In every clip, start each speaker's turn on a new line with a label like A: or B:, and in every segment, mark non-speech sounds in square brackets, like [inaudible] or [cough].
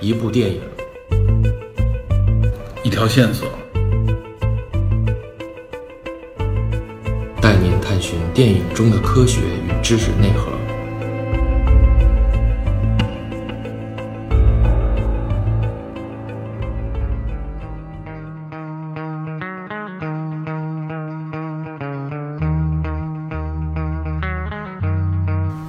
A: 一部电影，
B: 一条线索，
A: 带您探寻电影中的科学与知识内核。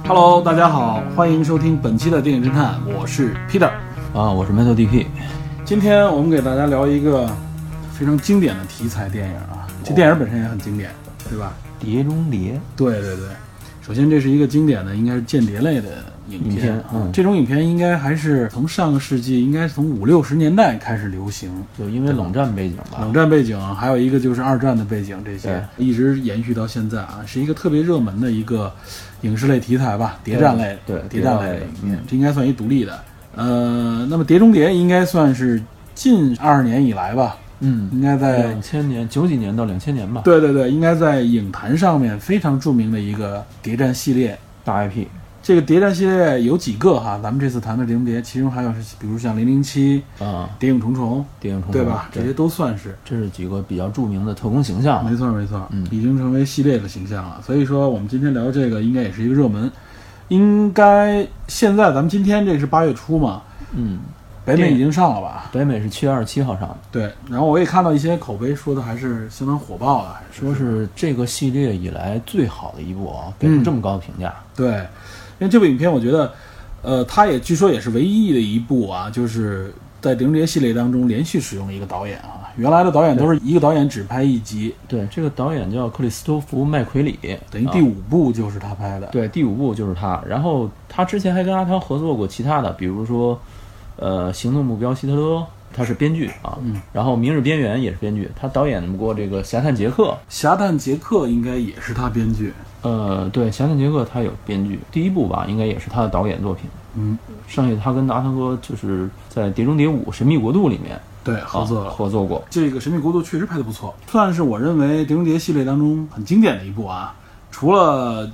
C: Hello，大家好，欢迎收听本期的电影侦探，我是 Peter。
D: 啊，我是 Metal DP，
C: 今天我们给大家聊一个非常经典的题材电影啊，这电影本身也很经典，对吧？
D: 碟中谍，
C: 对对对，首先这是一个经典的，应该是间谍类的影片。啊
D: 影片嗯
C: 这种影片应该还是从上个世纪，应该是从五六十年代开始流行。
D: 就因为冷战背景吧
C: 冷，战背景，还有一个就是二战的背景，这些
D: 对
C: 一直延续到现在啊，是一个特别热门的一个影视类题材吧，谍战类，
D: 对
C: 谍战类
D: 谍战类
C: 的
D: 的
C: 影片，这应该算一独立的。呃，那么《碟中谍》应该算是近二十年以来吧，
D: 嗯，
C: 应该在
D: 两千年九几年到两千年吧，
C: 对对对，应该在影坛上面非常著名的一个谍战系列。
D: 大 IP，
C: 这个谍战系列有几个哈？咱们这次谈的《碟中谍》，其中还有是比如像《零零七》
D: 啊，
C: 《谍影重重
D: 谍影》，重
C: 对吧？这
D: 重
C: 些都算是。
D: 这是几个比较著名的特工形象，
C: 没错没错，
D: 嗯
C: 已经成为系列的形象了。所以说，我们今天聊这个应该也是一个热门。应该现在咱们今天这是八月初嘛，
D: 嗯，
C: 北美
D: 对
C: 已经上了吧？
D: 北美是七月二十七号上的，
C: 对。然后我也看到一些口碑说的还是相当火爆的，还
D: 说是这个系列以来最好的一部啊，给
C: 嗯
D: 出这么高的评价，
C: 对，因为这部影片我觉得，呃，它也据说也是唯一的一部啊，就是在《碟中谍》系列当中连续使用的一个导演啊。原来的导演都是一个导演只拍一集，
D: 对，这个导演叫克里斯托弗·麦奎里，
C: 等于
D: 啊
C: 第五部就是他拍的。
D: 对，第五部就是他。然后他之前还跟阿汤合作过其他的，比如说，呃，《行动目标希特勒》，他是编剧啊。嗯。然后《明日边缘》也是编剧，他导演过这个《侠探杰克
C: 侠探杰克》应该也是他编剧。》。
D: 呃，对，《侠探杰克》他有编剧，第一部吧，应该也是他的导演作品。
C: 嗯，
D: 剩下他跟阿汤哥就是在《碟中谍五：神秘国度》里面
C: 对，合作
D: 啊
C: 了。
D: 合作过。
C: 这个《神秘国度》确实拍得不错，算是我认为《碟中谍》系列当中很经典的一部啊。除了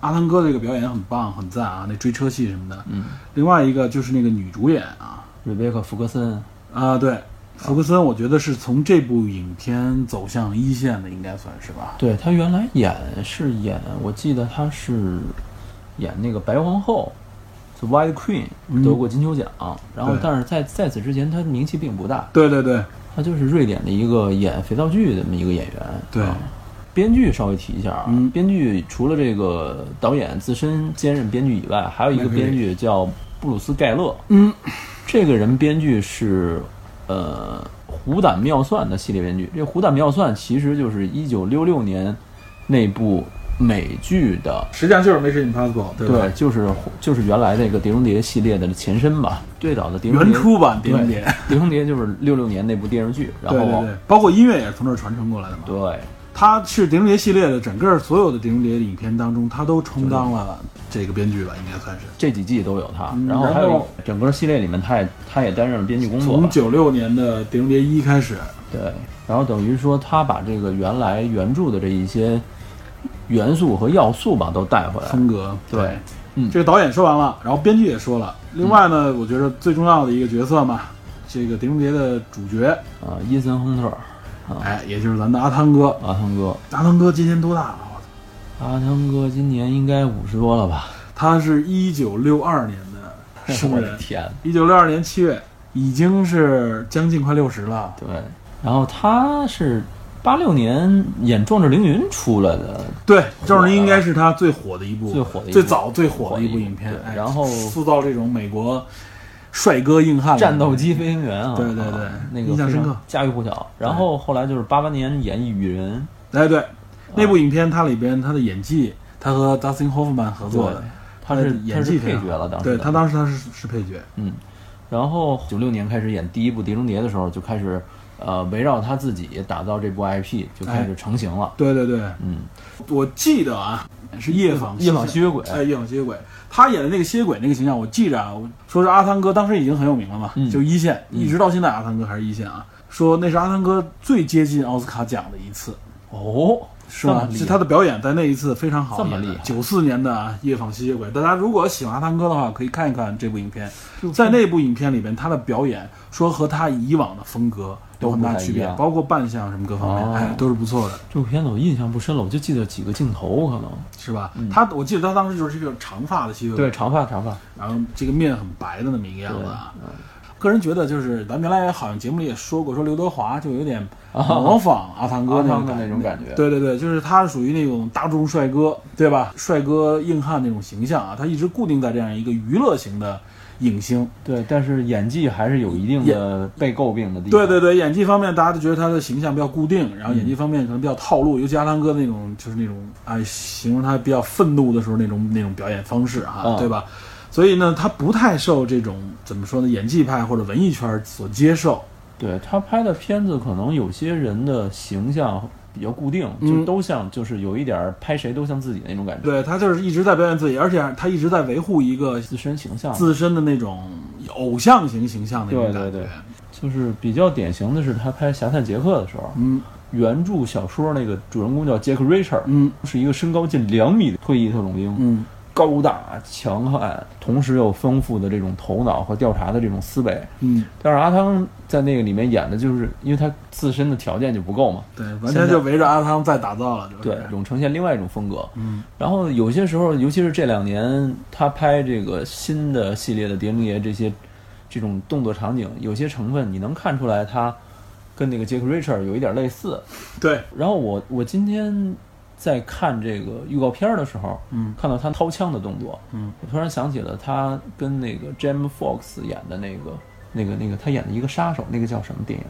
C: 阿汤哥这个表演很棒、很赞啊，那追车戏什么的。
D: 嗯，
C: 另外一个就是那个女主演啊，
D: 瑞贝克·福克森，
C: 啊，对，福克森，我觉得是从这部影片走向一线的，应该算是吧。
D: 对他原来演是演，我记得他是演那个白皇后，The White Queen，、
C: 嗯
D: 得过金球奖。然后
C: 对，
D: 但是在在此之前，他名气并不大，
C: 对对对
D: 他就是瑞典的一个演肥皂剧的这么一个演员。
C: 对
D: 啊编剧稍微提一下啊，
C: 嗯
D: 编剧除了这个导演自身兼任编剧以外，还有一个
C: 麦克瑞
D: 编剧叫布鲁斯盖勒。
C: 嗯，
D: 这个人编剧是呃《虎胆妙算》的系列编剧。这《虎胆妙算》其实就是一九六六年那部美剧的，
C: 实际上就是《Mission Impossible》，对吧？
D: 对，就是就是原来那个《碟中谍》系列的前身吧。最早的《碟中谍》
C: 原初版《碟
D: 对
C: 中谍》，
D: 《碟中谍》就是六六年那部电视剧，然
C: 对
D: 后
C: 对对，包括音乐也是从这儿传承过来的嘛。
D: 对
C: 它是《碟中谍》系列的整个所有的《碟中谍》影片当中，它都充当了这个编剧吧，应该算是。
D: 这几季都有他
C: 嗯，
D: 然后
C: 然
D: 还有
C: 后
D: 整个系列里面，他也他也担任了编剧工作吧。
C: 从九六年的《碟中谍一》开始，
D: 对，然后等于说他把这个原来原著的这一些元素和要素吧都带回来了。
C: 风格
D: 对，嗯
C: 这个导演说完了，然后编剧也说了。另外呢，我觉得最重要的一个角色嘛，这个《碟中谍》的主角，
D: 啊，伊森亨特，嗯
C: 哎，也就是咱的阿汤哥。
D: 阿汤哥，
C: 阿汤哥今年多大了？我操
D: 阿汤哥今年应该五十多
C: [laughs]
D: 了吧？
C: 他是一九六二年的生
D: [laughs] 我
C: 人
D: 的，天，
C: 一九六二年七月，已经是将近快六十了。
D: 对，然后他是八六年演《壮志凌云》出来的，
C: 对，就是应该是他最火的一部，
D: 最火的一部
C: 最早最火的一部影片
D: 火的一。部
C: 哎
D: 对然后
C: 塑造这种美国帅哥硬汉的
D: 战斗机飞行员啊，
C: 对对对
D: 啊那个
C: 印象
D: 非
C: 深
D: 常
C: 刻
D: 家喻户晓。然后后来就是八八年演《雨人
C: 哎，对，那部影片它里边他的演技，他和 Dustin Hoffman 合》，作
D: 对
C: 的，，
D: 他
C: 的
D: 是
C: 演
D: 他
C: 技
D: 是
C: 非
D: 配
C: 常
D: 角了，当时
C: 对
D: 的
C: 他当时他是是配角，
D: 嗯，然后九六年开始演第一部《碟中谍》的时候，就开始呃围绕他自己打造这部 IP 就开
C: 哎
D: 始成型了。
C: 对对对，
D: 嗯，
C: 我记得啊，是夜访
D: 夜访吸血鬼
C: 哎，夜访吸血鬼，他演的那个吸血鬼那个形象，我记着啊，我说是阿汤哥当时已经很有名了嘛，
D: 嗯
C: 就一线，一直到现在阿汤哥还是一线啊。说那是阿汤哥最接近奥斯卡奖的一次，
D: 哦，
C: 是吧？
D: 这么厉害
C: 是他的表演在那一次非常好，
D: 这么厉害
C: 九四年的啊《夜访吸血鬼》，大家如果喜欢阿汤哥的话，可以看一看这部影片。在那部影片里边，他的表演说和他以往的风格有很大区别
D: 都不太一，样
C: 包括扮相什么各方面，
D: 哦
C: 哎，都是不错的，
D: 这部片子我印象不深了，我就记得几个镜头可能。
C: 是吧？他我记得他当时就是一个长发的吸血鬼，
D: 嗯对，长发长发，
C: 然后这个面很白的那么一个样子啊。个人觉得就是咱们原来好像节目里也说过，说刘德华就有点模仿阿汤哥
D: 啊阿
C: 种
D: 汤的那种感觉
C: 对对对，就是他属于那种大众帅哥，对吧？帅哥硬汉那种形象啊，他一直固定在这样一个娱乐型的影星。
D: 对，但是演技还是有一定的被诟病的地方。
C: 对对对，演技方面大家都觉得他的形象比较固定，然后演技方面可能比较套路，尤其阿汤哥那种就是那种哎，形容他比较愤怒的时候那种那种表演方式啊，
D: 嗯
C: 对吧？所以呢，他不太受这种怎么说呢，演技派或者文艺圈所接受。
D: 对他拍的片子，可能有些人的形象比较固定，
C: 嗯
D: 就都像就是有一点儿拍谁都像自己那种感觉，
C: 对他就是一直在表演自己，而且他一直在维护一个
D: 自身形象。
C: 自身的那种偶像型形象的一种
D: 对
C: 感觉。
D: 对对，就是比较典型的是他拍《侠探杰克》的时候，
C: 嗯
D: 原著小说那个主人公叫杰克·瑞彻，
C: 嗯
D: 是一个身高近两米的退役特种兵，
C: 嗯
D: 高大强悍，同时有丰富的这种头脑和调查的这种思维。
C: 嗯，
D: 但是阿汤在那个里面演的就是，因为他自身的条件就不够嘛，
C: 对，完
D: 现
C: 全
D: 在
C: 就围着阿汤在打造了，就是
D: 对，总呈现另外一种风格。
C: 嗯
D: 然后有些时候，尤其是这两年，他拍这个新的系列的《碟中谍》这些这种动作场景，有些成分你能看出来，他跟那个杰克·瑞彻有一点类似。
C: 对，
D: 然后我我今天在看这个预告片儿的时候，
C: 嗯
D: 看到他掏枪的动作，
C: 嗯，
D: 我突然想起了他跟那个 James Fox 演的那个那个那个他演的一个杀手，那个叫什么电影？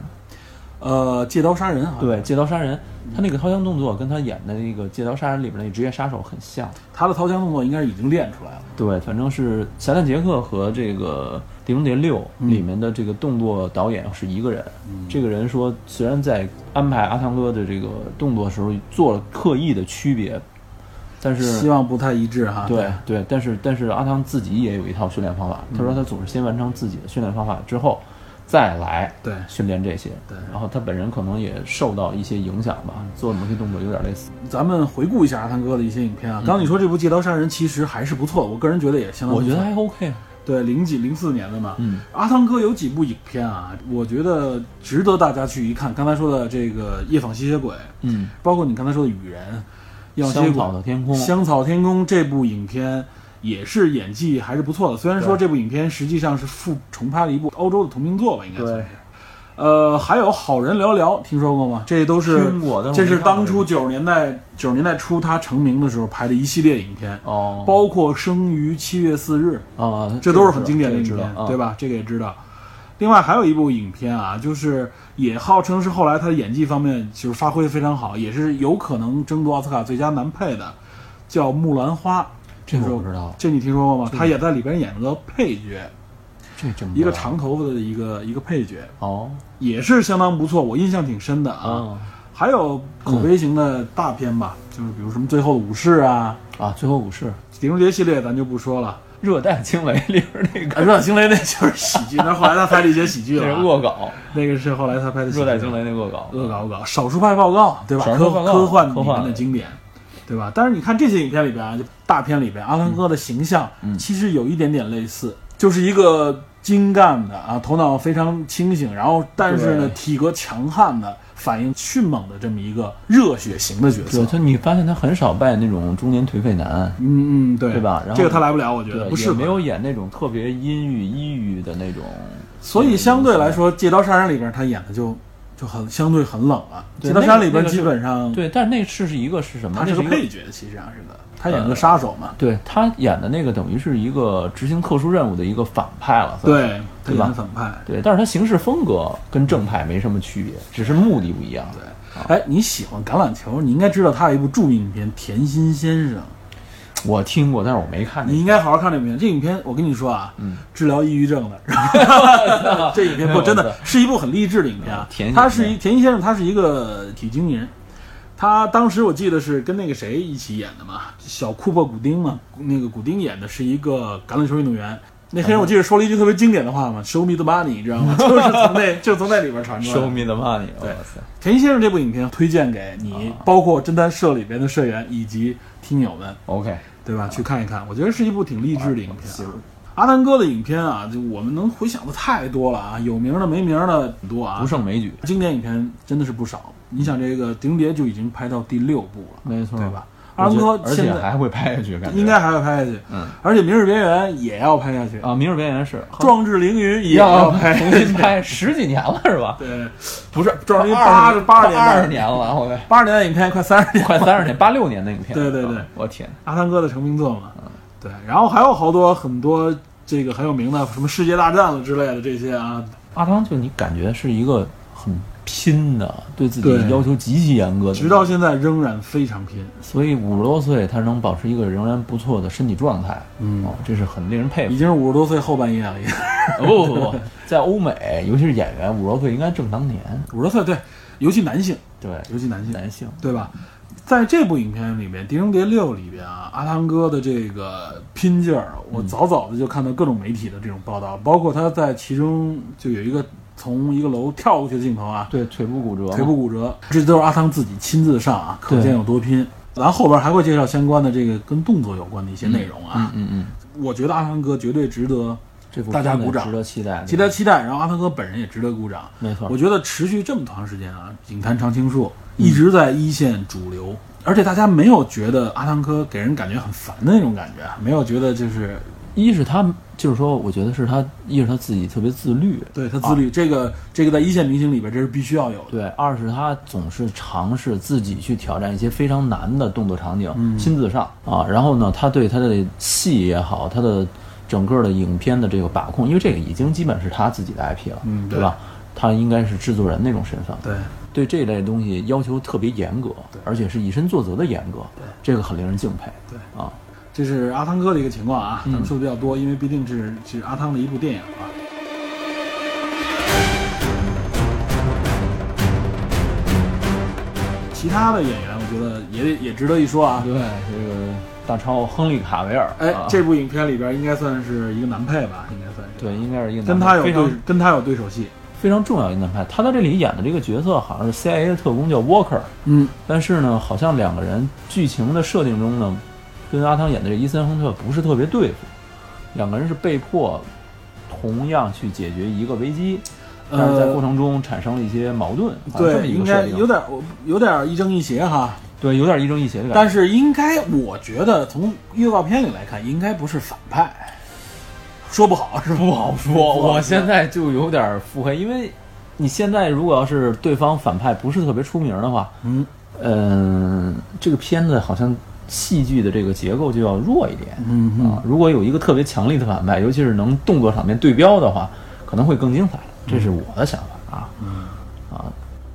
C: 呃，借刀杀人啊，
D: 对，《借刀杀人》，他那个掏枪动作跟他演的那个《借刀杀人》里边那个职业杀手很像。
C: 他的掏枪动作应该是已经练出来了。
D: 对，反正是《侠探杰克》和这个《碟中谍六》
C: 嗯
D: 里面的这个动作导演是一个人。这个人说，虽然在安排阿汤哥的这个动作的时候做了刻意的区别，但
C: 希
D: 是
C: 望啊不太一致哈。
D: 对对，但是但是阿汤自己也有一套训练方法。
C: 嗯
D: 他说他总是先完成自己的训练方法之后，再来
C: 对
D: 训练这些。
C: 对嗯
D: 然后他本人可能也受到一些影响吧，做某些动作有点类似。
C: 咱们回顾一下阿汤哥的一些影
D: 嗯
C: 片啊。刚刚你说这部《借刀杀人》其实还是不错，我个人觉得也相当
D: 我
C: 不
D: 觉
C: 嗯错。
D: 得还 OK 啊。
C: 对零几零四年的嘛。
D: 嗯，
C: 阿汤哥有几部影片啊，我觉得值得大家去一看。刚才说的这个《夜访吸血鬼》，
D: 嗯，
C: 包括你刚才说的《雨人》，要吸血
D: 香
C: 鬼
D: 草的天空，
C: 香草天空》这部影片。也是演技还是不错的，虽然说这部影片实际上是复重拍了一部欧洲的同名作吧，应该算是
D: 对。。
C: 呃，还有《好人寥寥》，听说过吗？这都是
D: 听过但是
C: 这
D: 我没
C: 是
D: 看过
C: 当初九十年代九十年代初他成名的时候拍的一系列影片，
D: 哦，
C: 包括《生于七月四日
D: 啊，》，
C: 这都是很经典的
D: 这
C: 影
D: 个知道
C: 片，
D: 啊、
C: 对吧？这个也知道。另外还有一部影片啊，就是也号称是后来他的演技方面就是发挥的非常好，也是有可能争夺奥斯卡最佳男配的，叫《木兰花》。
D: 这
C: 听
D: 个
C: 说
D: 我不知道
C: 这你听说过吗？他也在里边演了个配角，
D: 这真不
C: 一个
D: 知道
C: 长头发的一个一个配角。
D: 哦
C: 也是相当不错，我印象挺深的啊。
D: 啊
C: 还有口碑型的大片吧，就是比如什么《最后的武士》啊，
D: 啊！最后武士，
C: 《碟中谍》系列咱就不说了。
D: 热带惊雷里边那
C: 啊，
D: 个
C: 热血惊雷那就是喜剧，但是后来他拍了一些喜剧
D: [laughs] 那是 [laughs]
C: 了、啊。
D: 恶搞，
C: 那个是后来他拍的喜剧
D: 热带惊雷那个恶搞，
C: 恶搞恶搞，《少数派报告》对吧？
D: 少
C: 科
D: 数派报告
C: 科幻里
D: 科幻
C: 面
D: 类
C: 的经典，对吧？但是你看这些影片里边啊，就大片里边，阿汤哥的形象
D: 嗯
C: 其实有一点点类似，就是一个精干的啊，头脑非常清醒，然后但是呢
D: 对
C: 体格强悍的、反应迅猛的这么一个热血型的角色
D: 对，。就你发现他很少扮演那种中年颓废男，
C: 嗯嗯，对，
D: 对吧然后
C: 这个他来不了，我觉得
D: 对，
C: 不
D: 也
C: 适合
D: 没有演那种特别阴郁、抑郁的那种。
C: 所以相对来说，《借刀杀人》里边他演的就就很相对很冷了，《
D: 对
C: 借刀杀人》里
D: 那
C: 边
D: 个
C: 基本上
D: 对，但那是是一个是什么？
C: 他是
D: 那嗯是
C: 个
D: 一
C: 配角，其实上是个，他演个杀手嘛。
D: 对他演的那个等于是一个执行特殊任务的一个反派了，算
C: 呃
D: 是
C: 对，他
D: 对
C: 演
D: 吧
C: 的反派。
D: 对，但是他行事风格跟正派没什么区别，只是目的不一样。对，
C: 哎，你喜欢橄榄球，你应该知道他有一部著名影片《甜心先生》，
D: 我听过，但是我没看那
C: 你应该好好看这影片。这影片我跟你说啊，
D: 嗯
C: 治疗抑郁症的，
D: [laughs]
C: 这影片不真的是一部很励志的影片啊
D: 甜。心
C: 他是一甜心先生，他是一个体育经理人，他当时我记得是跟那个谁一起演的嘛，小库珀·古丁嘛，那个古丁演的是一个橄榄球运动员。那
D: 嗯
C: 黑人我记得说了一句特别经典的话嘛，“Show me the money”，你知
D: [laughs]
C: 道吗？就是从那就从那里边传出来的。
D: show me the money，
C: 对
D: 哇塞，
C: 田一先生这部影片推荐给你，
D: 啊
C: 包括侦探社里边的社员以及听友们，
D: ，OK，
C: 对吧？去看一看，我觉得是一部挺励志的影
D: 是
C: 片啊。阿南哥的影片啊，就我们能回想的太多了啊，有名的没名的很多啊
D: 不，胜枚举，
C: 经典影片真的是不少。你想，这个《顶谍》就已经拍到第六部了，
D: 没错
C: 对吧？阿
D: 我
C: 南
D: 觉得
C: 哥
D: 嗯而
C: 现
D: 且
C: 在
D: 还会拍下去，感觉
C: 应该还会拍下去，
D: 嗯，
C: 而且《明日边缘》也要拍下去，
D: 啊，《明日边缘》是
C: 《壮志凌云》也要拍
D: 重新拍十几年了是吧？
C: 对，
D: 不是，
C: 壮志凌云
D: 二
C: 八八十年代
D: 二十年了，我
C: 八十年代影片快三十年，
D: [laughs] 快三十年，八六年的影片，
C: 对对对
D: 啊我天，
C: 阿汤哥的成名作嘛，对，然后还有好多很多这个很有名的，什么世界大战了之类的这些啊，
D: 阿汤就你感觉是一个很拼的，对自
C: 对
D: 己要求极其严格的，
C: 直到现在仍然非常拼。
D: 所以五十多岁他能保持一个仍然不错的身体状态，
C: 嗯
D: 哦，这是很令人佩服
C: 已。经是五十多岁后半夜了，也
D: 不不 [laughs] 不，在欧美，尤其是演员，五十多岁应该正当年。
C: 五十多岁，对，尤其男性，
D: 对，
C: 尤其男性，
D: 男性
C: 对吧？在这部影片里面，《碟中谍六》里边啊，阿汤哥的这个拼劲儿，我早早的就看到各种媒体的这种报道，包括他在其中就有一个从一个楼跳过去的镜头啊，
D: 对腿部骨折嘛，
C: 腿部骨折，这都是阿汤自己亲自上啊，可
D: 对
C: 见有多拼。咱后边还会介绍相关的这个跟动作有关的一些内容啊
D: 嗯，嗯嗯，
C: 我觉得阿汤哥绝对值得
D: 这部
C: 大家
D: 片子
C: 鼓掌
D: 值得期待，
C: 值得期待，然后阿汤哥本人也值得鼓掌。
D: 嗯没错嗯
C: 我觉得持续这么长时间啊，影坛常青树一直在一线主流，而且大家没有觉得阿汤哥给人感觉很烦的那种感觉，啊没有觉得就是
D: 一是他就是说，我觉得是他，一是他自己特别自律，
C: 对他自律，
D: 啊
C: 这个这个在一线明星里边这是必须要有的。
D: 对；二是他总是尝试自己去挑战一些非常难的动作场景，亲自上啊。然后呢，他对他的戏也好，他的整个的影片的这个把控，因为这个已经基本是他自己的 IP 了，
C: 嗯对
D: 对吧？他应该是制作人那种身份，
C: 对，
D: 对这类东西要求特别严格，而且是以身作则的严格，这个很令人敬佩。
C: 对
D: 啊，
C: 这是阿汤哥的一个情况啊，
D: 嗯
C: 咱们说的比较多，因为毕竟是是阿汤的一部电影啊。其他的演员，我觉得也得也值得一说啊。
D: 对这个大超亨利卡维尔，
C: 哎
D: 啊，
C: 这部影片里边应该算是一个男配吧，应该算是
D: 对应该是一个
C: 跟他有
D: 非
C: 对
D: 常
C: 跟他有对手戏。
D: 非常重要一个男派。他在这里演的这个角色好像是 CIA 的特工，叫 Walker。
C: 嗯，
D: 但是呢，好像两个人剧情的设定中呢，跟阿汤演的这伊森亨特不是特别对付，两个人是被迫同样去解决一个危机，但是在过
C: 呃，
D: 程中产生了一些矛盾。好像这么
C: 对，
D: 一
C: 应
D: 个
C: 该
D: 设定啊
C: 有点有点一正一邪哈，
D: 对，有点亦正亦邪的感觉。
C: 但是应该我觉得从预告片里来看，应该不是反派，说不好是吧
D: 不好啊说，
C: 不好
D: 我现在就有点腹黑，因为你现在如果要是对方反派不是特别出名的话，
C: 嗯，
D: 嗯，这个片子好像戏剧的这个结构就要弱一点。
C: 嗯嗯
D: 啊，如果有一个特别强力的反派，尤其是能动作场面对标的话，可能会更精彩。这是我的想法啊。嗯啊，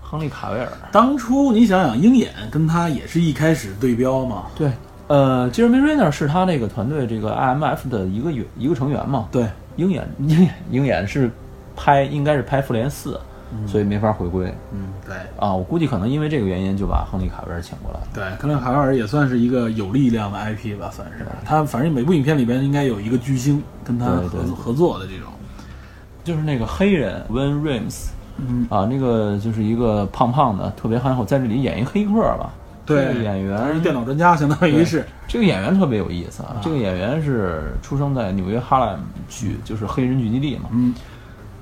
D: 亨利卡维尔
C: 当初你想想，鹰眼跟他也是一开始对标嘛，
D: 对，呃，Jeremy Renner 是他那个团队这个 IMF 的一个员一个成员嘛。
C: 对，
D: 鹰眼鹰眼鹰眼是拍应该是拍复联四，所以没法回归
C: 嗯，对
D: 啊。我估计可能因为这个原因就把亨利卡维尔请过来了。
C: 对，克林海尔也算是一个有力量的 IP 吧，算是他反正每部影片里边应该有一个巨星跟他合
D: 对对
C: 作合作的这种，
D: 就是那个黑人 Win Rims，
C: 嗯
D: 啊，那个就是一个胖胖的，特别憨厚，在这里演一黑客吧。
C: 对
D: 这个演员
C: 电脑专家相当于
D: 对
C: 是，
D: 这个演员特别有意思啊。这个演员是出生在纽约哈兰区，就是黑人聚集地嘛。
C: 嗯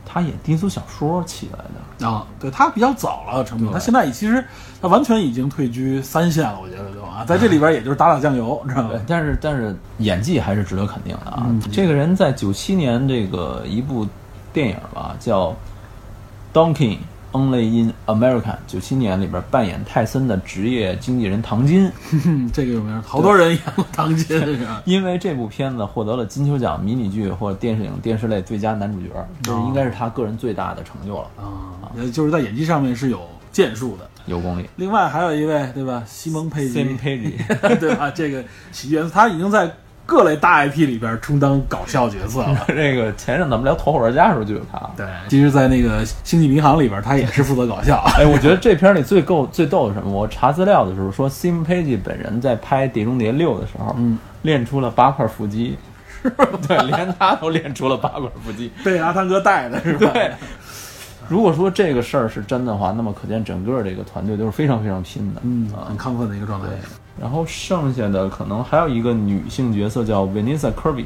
D: 他演低俗小说起来的，
C: 啊，对他比较早了成名，
D: 对
C: 他现在其实他完全已经退居三线了，我觉得都啊，在这里边也就是打打酱油，知道
D: 对
C: 吗，？
D: 但是但是演技还是值得肯定的啊。这个人在九七年这个一部电影吧，叫《Donkey Only in America》，九七年里边扮演泰森的职业经纪人唐金，
C: 嗯， [laughs] 这个有名，好多人演过唐金是吧？
D: 因为这部片子获得了金球奖迷你剧或电视影电视类最佳男主角，这
C: 哦
D: 应该是他个人最大的成就了，
C: [laughs] 啊，也就是在演技上面是有建树的。
D: 有功力。
C: 另外还有一位对吧，西蒙佩吉
D: Sam，Page
C: [laughs] 对吧？这个喜剧元素，他已经在各类大 IP 里边充当搞笑角色了。
D: 这个前阵咱们聊《头号玩家》的时候就有他。
C: [laughs] 对，其实，在那个《星际迷航》里边，他也是负责搞 [laughs] 笑。
D: [laughs] 哎，我觉得这片儿里最够最逗的是什么？我查资料的时候说，Sim Page 本人在拍《碟中谍六》的时候，
C: 嗯， [laughs]
D: 练出了八块腹肌，对，连他都练出了八块腹肌。
C: 被阿汤哥带的是吧？
D: 对，如果说这个事儿是真的话，那么可见整个这个团队都是非常非常拼
C: [laughs]
D: 的。
C: 嗯，
D: 啊
C: 很，亢奋的一个状态。
D: 然后剩下的可能还有一个女性角色叫 Vanessa Kirby，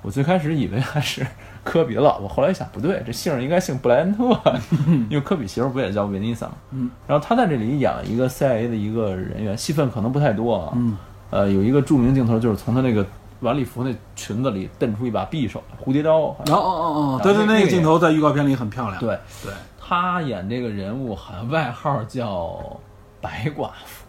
D: 我最开始以为她是科比的老婆，后来一想不对，这姓儿应该姓布莱恩特，啊
C: [laughs]
D: 因为科比媳妇儿不也叫 Vanessa 吗？
C: 嗯，
D: 然后她在这里演了一个 CIA 的一个人员，戏份可能不太多啊。
C: 嗯，
D: 呃，有一个著名镜头就是从她那个晚礼服那裙子里蹬出一把匕首，蝴蝶刀。
C: 哦哦哦哦，对对，
D: 然后那
C: 那个
D: 那个
C: 镜头在预告片里很漂亮。
D: 对，
C: 对， [laughs]
D: 她演这个人物好像外号叫白寡妇，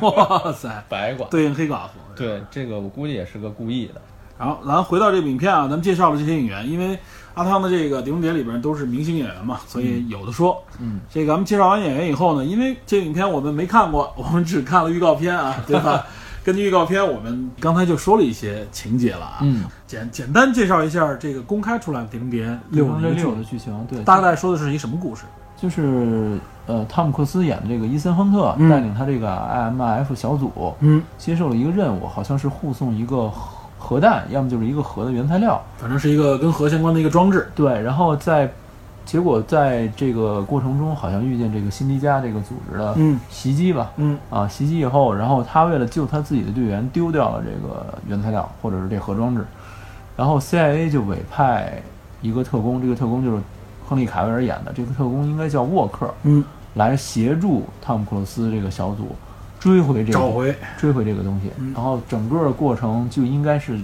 C: 哇塞，
D: 白寡。
C: 对应黑寡妇。
D: 对，这个我估计也是个故意的。
C: 然后，咱回到这个影片啊，咱们介绍了这些演员，因为阿汤的这个《碟中谍》里边都是明星演员嘛，所以有的说。
D: 嗯，
C: 这个咱们介绍完演员以后呢，因为这个影片我们没看过，我们只看了预告片啊，对吧？根据预告片，我们刚才就说了一些情节了啊，
D: 嗯，
C: 简简单介绍一下这个公开出来的《碟中谍六》的一个剧
D: 的剧情，对，
C: 大概说的是一什么故事？
D: 就是呃，汤姆克斯演的这个伊森亨特
C: 嗯
D: 带领他这个 IMF 小组
C: 嗯，
D: 接受了一个任务，好像是护送一个核核弹，要么就是一个核的原材料。
C: 反正是一个跟核相关的一个装置。
D: 对，然后在结果在这个过程中，好像遇见这个辛迪加这个组织的
C: 嗯
D: 袭击吧。
C: 嗯
D: 啊！袭击以后，然后他为了救他自己的队员，丢掉了这个原材料或者是这核装置，然后 CIA 就委派一个特工，这个特工就是亨利·凯维尔演的，这个特工应该叫沃克，
C: 嗯，
D: 来协助汤姆·克鲁斯这个小组追回这个
C: 找回
D: 追回这个东西
C: 嗯，
D: 然后整个过程就应该是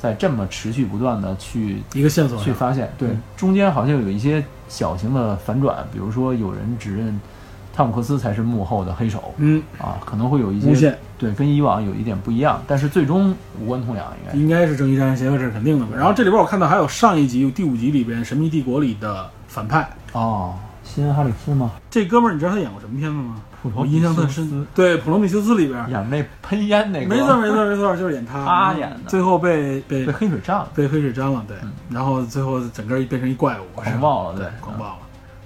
D: 在这么持续不断的去
C: 一个线索
D: 去发现，对
C: 嗯，
D: 中间好像有一些小型的反转，比如说有人指认汤姆·克斯才是幕后的黑手
C: 嗯，
D: 啊，可能会有一
C: 诬
D: 些
C: 陷
D: 对跟以往有一点不一样，但是最终无关痛痒，应该
C: 应该是正义战士协会，这是肯定的
D: 嗯
C: 嘛。然后这里边我看到还有上一集第五集里边《神秘帝国》里的反派，
D: 哦，新哈里斯吗？
C: 这哥们儿你知道他演过什么片子吗？
D: 普罗
C: 我印象特
D: 米修
C: 深
D: 斯，
C: 对《普罗米修斯》里边，
D: 演那喷烟那个，
C: 没错没错没错，就是演他，
D: 他演的
C: 最后被被
D: 被黑水炸了，
C: 被黑水沾了，对，然后最后整个变成一怪物，
D: 狂暴了
C: 是吧
D: 对
C: 对，狂暴了。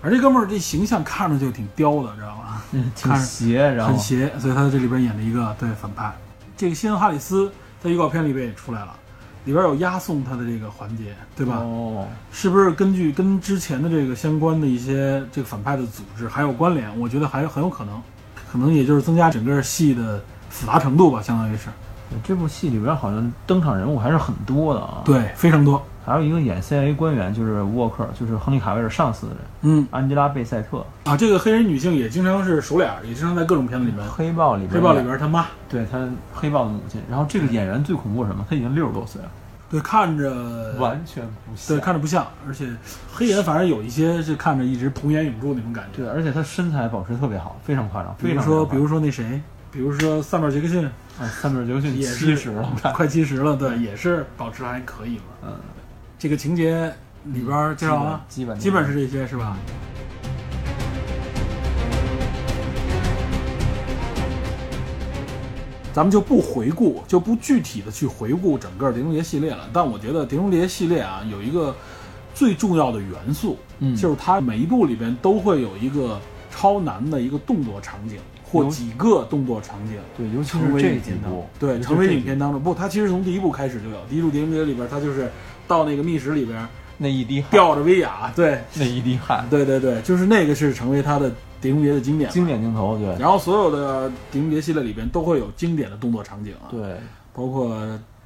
C: 而这哥们儿这形象看着就挺刁的，知道吗？
D: 嗯挺
C: 看着
D: 邪，然后
C: 很邪，所以他在这里边演了一个对反派。这个西恩哈里斯在预告片里边也出来了，里边有押送他的这个环节，对吧？
D: 哦，
C: 是不是根据跟之前的这个相关的一些这个反派的组织还有关联？我觉得还很有可能，可能也就是增加整个戏的复杂程度吧，相当于是
D: 这部戏里边好像登场人物还是很多的啊。，
C: 对，非常多。
D: 还有一个演 CIA 官员就是沃克，就是亨利·卡维尔上司的人，
C: 嗯
D: 安吉拉·贝塞特，
C: 啊，这个黑人女性也经常是熟脸儿，也经常在各种片子里边，
D: 黑豹里边，
C: 黑豹里，边他妈，
D: 对他黑豹的母亲。然后这个演员最恐怖是什么？他已经六十多岁了，
C: 对，看着
D: 完全不像
C: 呃对看着不像，而且黑人反正有一些是看着一直童颜永驻那种感觉。
D: 对，而且他身材保持特别好，非常夸张，
C: 比
D: 非
C: 如
D: 常
C: 说，比如
D: 说
C: 说那谁，比如说萨缪尔杰克逊
D: 三本杰克逊
C: 也
D: 七
C: 是
D: 十了，我看
C: 快七十了，对，也是保持还可以嘛。
D: 嗯，
C: 这个情节里边儿介绍完了，
D: 基本
C: 啊
D: 嗯
C: 基本是这些是吧？咱们就不回顾，就不具体的去回顾整个《碟中谍》系列了。但我觉得《碟中谍》系列啊，有一个最重要的元素，
D: 嗯
C: 就是它每一部里边都会有一个超难的一个动作场景或
D: 有
C: 几个动作场景。
D: 对，尤其
C: 成
D: 是
C: 为
D: 这
C: 影
D: 几
C: 片当
D: 部
C: 中，，对，
D: 尤其
C: 成
D: 是这
C: 为
D: 几
C: 影片当中不，它其实从第一部开始就有，第一部《碟中谍》里边它就是到那个密室里边
D: 部那一滴汗，
C: 吊着威亚，对，
D: 那一滴汗，
C: 对对对，就是那个是成为他的《碟中谍》 [laughs] 的经典。
D: 经典镜头，对
C: 然后所有的《碟中谍》系列里边都会有经典的动作场景啊，，
D: 对，
C: 包括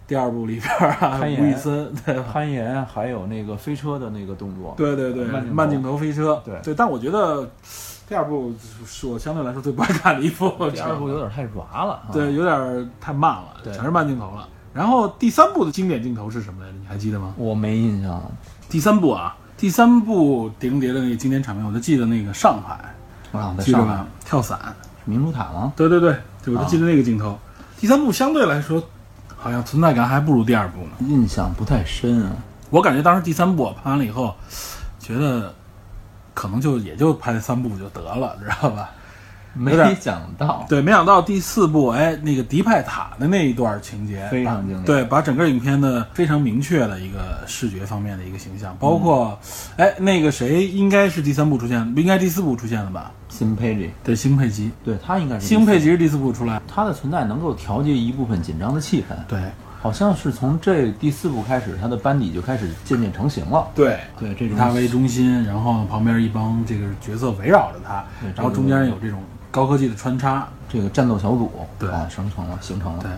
C: 第二部里边啊，
D: 攀岩
C: 吴宇森，对吧？
D: 攀岩还有那个飞车的那个动作，
C: 对对对，
D: 慢镜头
C: 慢镜头飞车，
D: 对
C: 对，但我觉得第二部是我相对来说最不爱看的一部，
D: 第二部有点太软了，啊
C: 对，有点儿太慢了，
D: 对
C: 全是慢镜头了。然后第三部的经典镜头是什么来着？你还记得吗？
D: 我没印象，
C: 第三部啊，第三部《碟中谍》的那个经典场面，我就记得那个上海，
D: 我想在
C: 记
D: 上
C: 得
D: 海
C: 吧？跳伞，
D: 明珠塔吗？
C: 对对对，就我就记得那个镜头。啊第三部相对来说，好像存在感还不如第二部呢。
D: 印象不太深啊。
C: 我感觉当时第三部我拍完了以后，觉得可能就也就拍三部就得了，知道吧？
D: 没
C: 有点
D: 想到，
C: 对，没想到第四部，哎，那个迪拜塔的那一段情节
D: 非常经典
C: 对，把整个影片的非常明确的一个视觉方面的一个形象，包括，
D: 嗯
C: 哎，那个谁应该是第三部出现，不应该第四部出现了吧？
D: 辛佩吉，
C: 对，辛佩吉，
D: 对他应该是
C: 辛佩吉是第四部出来，
D: 他的存在能够调节一部分紧张的气氛，
C: 对，
D: 好像是从这第四部开始，他的班底就开始渐渐成型了。
C: 对，
D: 对，这
C: 以
D: 种
C: 他为中心，然后旁边一帮这个角色围绕着他
D: 对，
C: 然后中间有这种高科技的穿插。
D: 这个战斗小组
C: 对
D: 啊，形成了，形成了。
C: 对，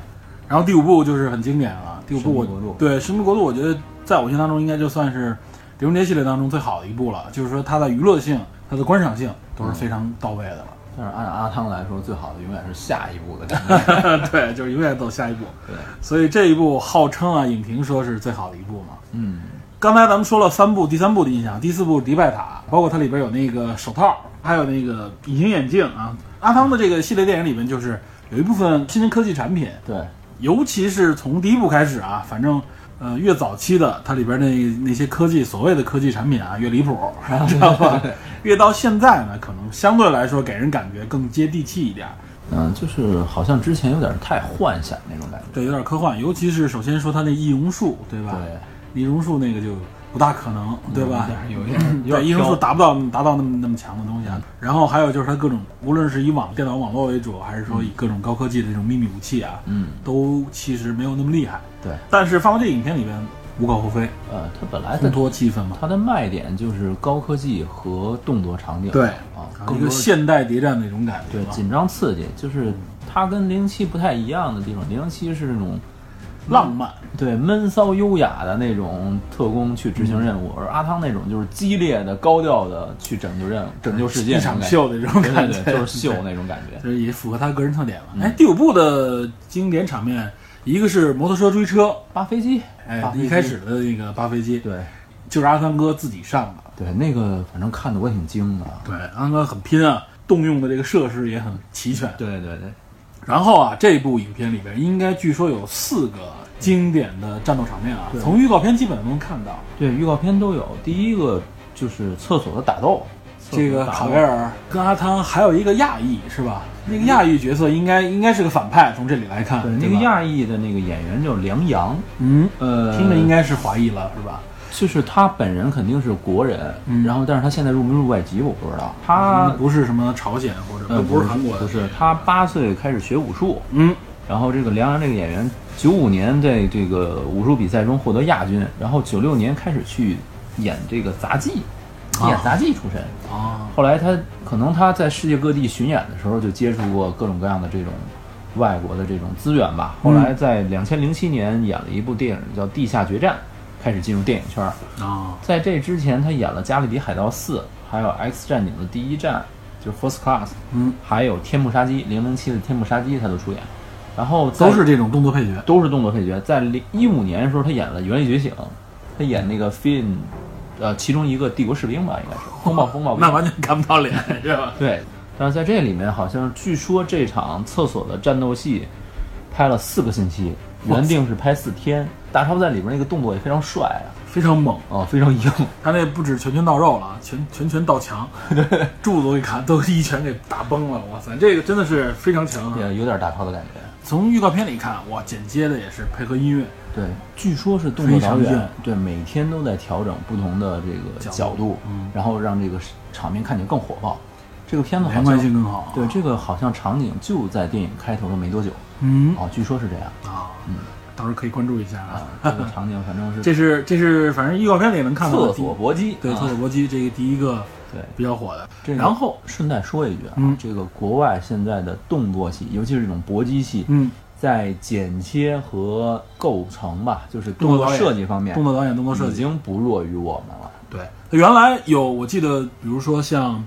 C: 然后第五部就是很经典了。第五部我
D: 神秘国度
C: 对《神秘国度》，我觉得在我心当中应该就算是《碟中谍》系列当中最好的一部了。就是说它的娱乐性、它的观赏性都是非常到位的了。
D: 但是按阿汤来说，最好的永远是下一步的感
C: [laughs]
D: [laughs] 觉。
C: 对，就是永远走下一步。
D: 嗯对，
C: 所以这一部号称啊，影评说是最好的一部嘛。
D: 嗯，
C: 刚才咱们说了三部，第三部的印象，第四部《迪拜塔》，包括它里边有那个手套，还有那个隐形眼镜啊。阿汤的这个系列电影里面，就是有一部分新科技产品，
D: 对，
C: 尤其是从第一部开始啊，反正呃越早期的它里边那那些科技所谓的科技产品啊越离谱， [laughs] 知道吧？越到现在呢，可能相对来说给人感觉更接地气一点，
D: 嗯、就是好像之前有点太幻想那种感觉。
C: 对，有点科幻。尤其是首先说它那易容术，对
D: 啊
C: 吧？易容术那个就不大可能，对吧？
D: 有一点，嗯有
C: 对，
D: 点
C: 易容术
D: 飘。
C: 达不到达不到那么那么强的东西啊。然后还有就是它各种，无论是以网电脑网络为主，还是说以各种高科技的这种秘密武器啊，
D: 嗯，
C: 都其实没有那么厉害。
D: 对，
C: 但是放到这影片里边无可厚非，
D: 呃，它本来
C: 烘
D: 的
C: 托气氛嘛。
D: 它的卖点就是高科技和动作场景。
C: 对
D: 啊，
C: 一
D: 更
C: 个
D: 多
C: 现代谍战那种感觉
D: 对
C: 嘛。
D: 紧张刺激，就是它跟零零七不太一样的地方。零零七是那种
C: 浪漫，
D: 对闷骚优雅的那种特工去执行任务，
C: 嗯
D: 而阿汤那种就是激烈的、高调的去拯救任务、拯救世界
C: 一
D: 那种
C: 场
D: 感觉，
C: 秀的这种
D: 对
C: 感
D: 对
C: 觉，[laughs]
D: 对，就是秀那种感觉。
C: 就是也符合他个人特点嘛。哎，第五部的经典场面，一个是摩托车追车，
D: 扒飞机，扒
C: 哎，
D: 飞机
C: 一开始的那个扒飞机，
D: 对
C: 就是阿汤哥自己上的。
D: 对，那个反正看的我挺惊的。
C: 对，阿汤哥很拼啊，动用的这个设施也很齐全。
D: 对对对，
C: 然后啊，这部影片里边应该据说有四个经典的战斗场面啊，
D: 对
C: 从预告片基本能看到。
D: 对，预告片都有。第一个就是厕所的打斗，厕所
C: 这
D: 的
C: 个
D: 打斗
C: 卡维尔跟阿汤还有一个亚裔是吧？那个亚裔角色应该应该是个反派，从这里来看，
D: 对
C: 对
D: 那个
C: 吧，
D: 亚裔的那个演员叫梁阳，
C: 嗯，
D: 呃，
C: 听着应该是华裔了是吧？
D: 就是他本人肯定是国人，
C: 嗯
D: 然后但是他现在入没入外籍我不知道。他
C: 不是什么朝鲜或者
D: 呃
C: 不是韩国的，
D: 不是他八岁开始学武术，
C: 嗯，
D: 然后这个梁阳这个演员九五年在这个武术比赛中获得亚军，然后九六年开始去演这个杂技，
C: 啊
D: 演杂技出身。
C: 啊，
D: 后来他可能他在世界各地巡演的时候就接触过各种各样的这种外国的这种资源吧。后
C: 嗯
D: 来在两千零七年演了一部电影叫《地下决战》，开始进入电影圈儿。
C: 啊，
D: 在这之前，他演了《加勒比海盗四》，还有《X 战警》的第一战，就是 First Class，
C: 嗯，
D: 还有《天幕杀机》零零七的《天幕杀机》，他都出演。然后在
C: 都是这种动作配角，
D: 都是动作配角。在一五年的时候，他演了《原力觉醒》，他演那个 Finn，呃，其中一个帝国士兵吧，应该是风暴风暴兵。
C: [laughs] 那完全看不到
D: [laughs]
C: 脸是吧？
D: 对，但是在这里面，好像据说这场厕所的战斗戏拍了四个星期，
C: 哇塞
D: 原定是拍四天。大超在里边那个动作也非常帅啊，
C: 非常猛，
D: 哦，非常硬。
C: 他那不止拳拳到肉了啊，拳拳拳到墙，柱子都给砍，都一拳给打崩了，哇塞，这个真的是非常强啊！
D: [laughs] 也有点大超的感觉。
C: 从预告片里看，哇，紧接着也是配合音乐，
D: 对，据说是动
C: 非
D: 作导
C: 常硬
D: 演对每天都在调整不同的这个
C: 角
D: 角
C: 度
D: 度，
C: 嗯
D: 然后让这个场面看起来更火爆。这个片子好
C: 连贯性
D: 像
C: 更好啊。
D: 对这个好像场景就在电影开头的没多久
C: 嗯
D: 哦，据说是这样
C: 啊，
D: 嗯
C: 到时候可以关注一下啊
D: 啊。。这个场景反正
C: [laughs]
D: 是
C: 这是这是，反正预告片里能看到的
D: 厕所搏击，
C: 对
D: 啊
C: 厕所搏击这个第一个
D: 对。
C: 比较火的。
D: 这个
C: 然后
D: 顺带说一句啊，
C: 嗯
D: 这个国外现在的动作戏，尤其是这种搏击戏，
C: 嗯，
D: 在剪切和构成吧，就是
C: 动
D: 动
C: 作
D: 作
C: 导演
D: 设计方面，
C: 动作导演、动作设
D: 已
C: 计，
D: 经不弱于我们了。
C: 对，原来有我记得，比如说像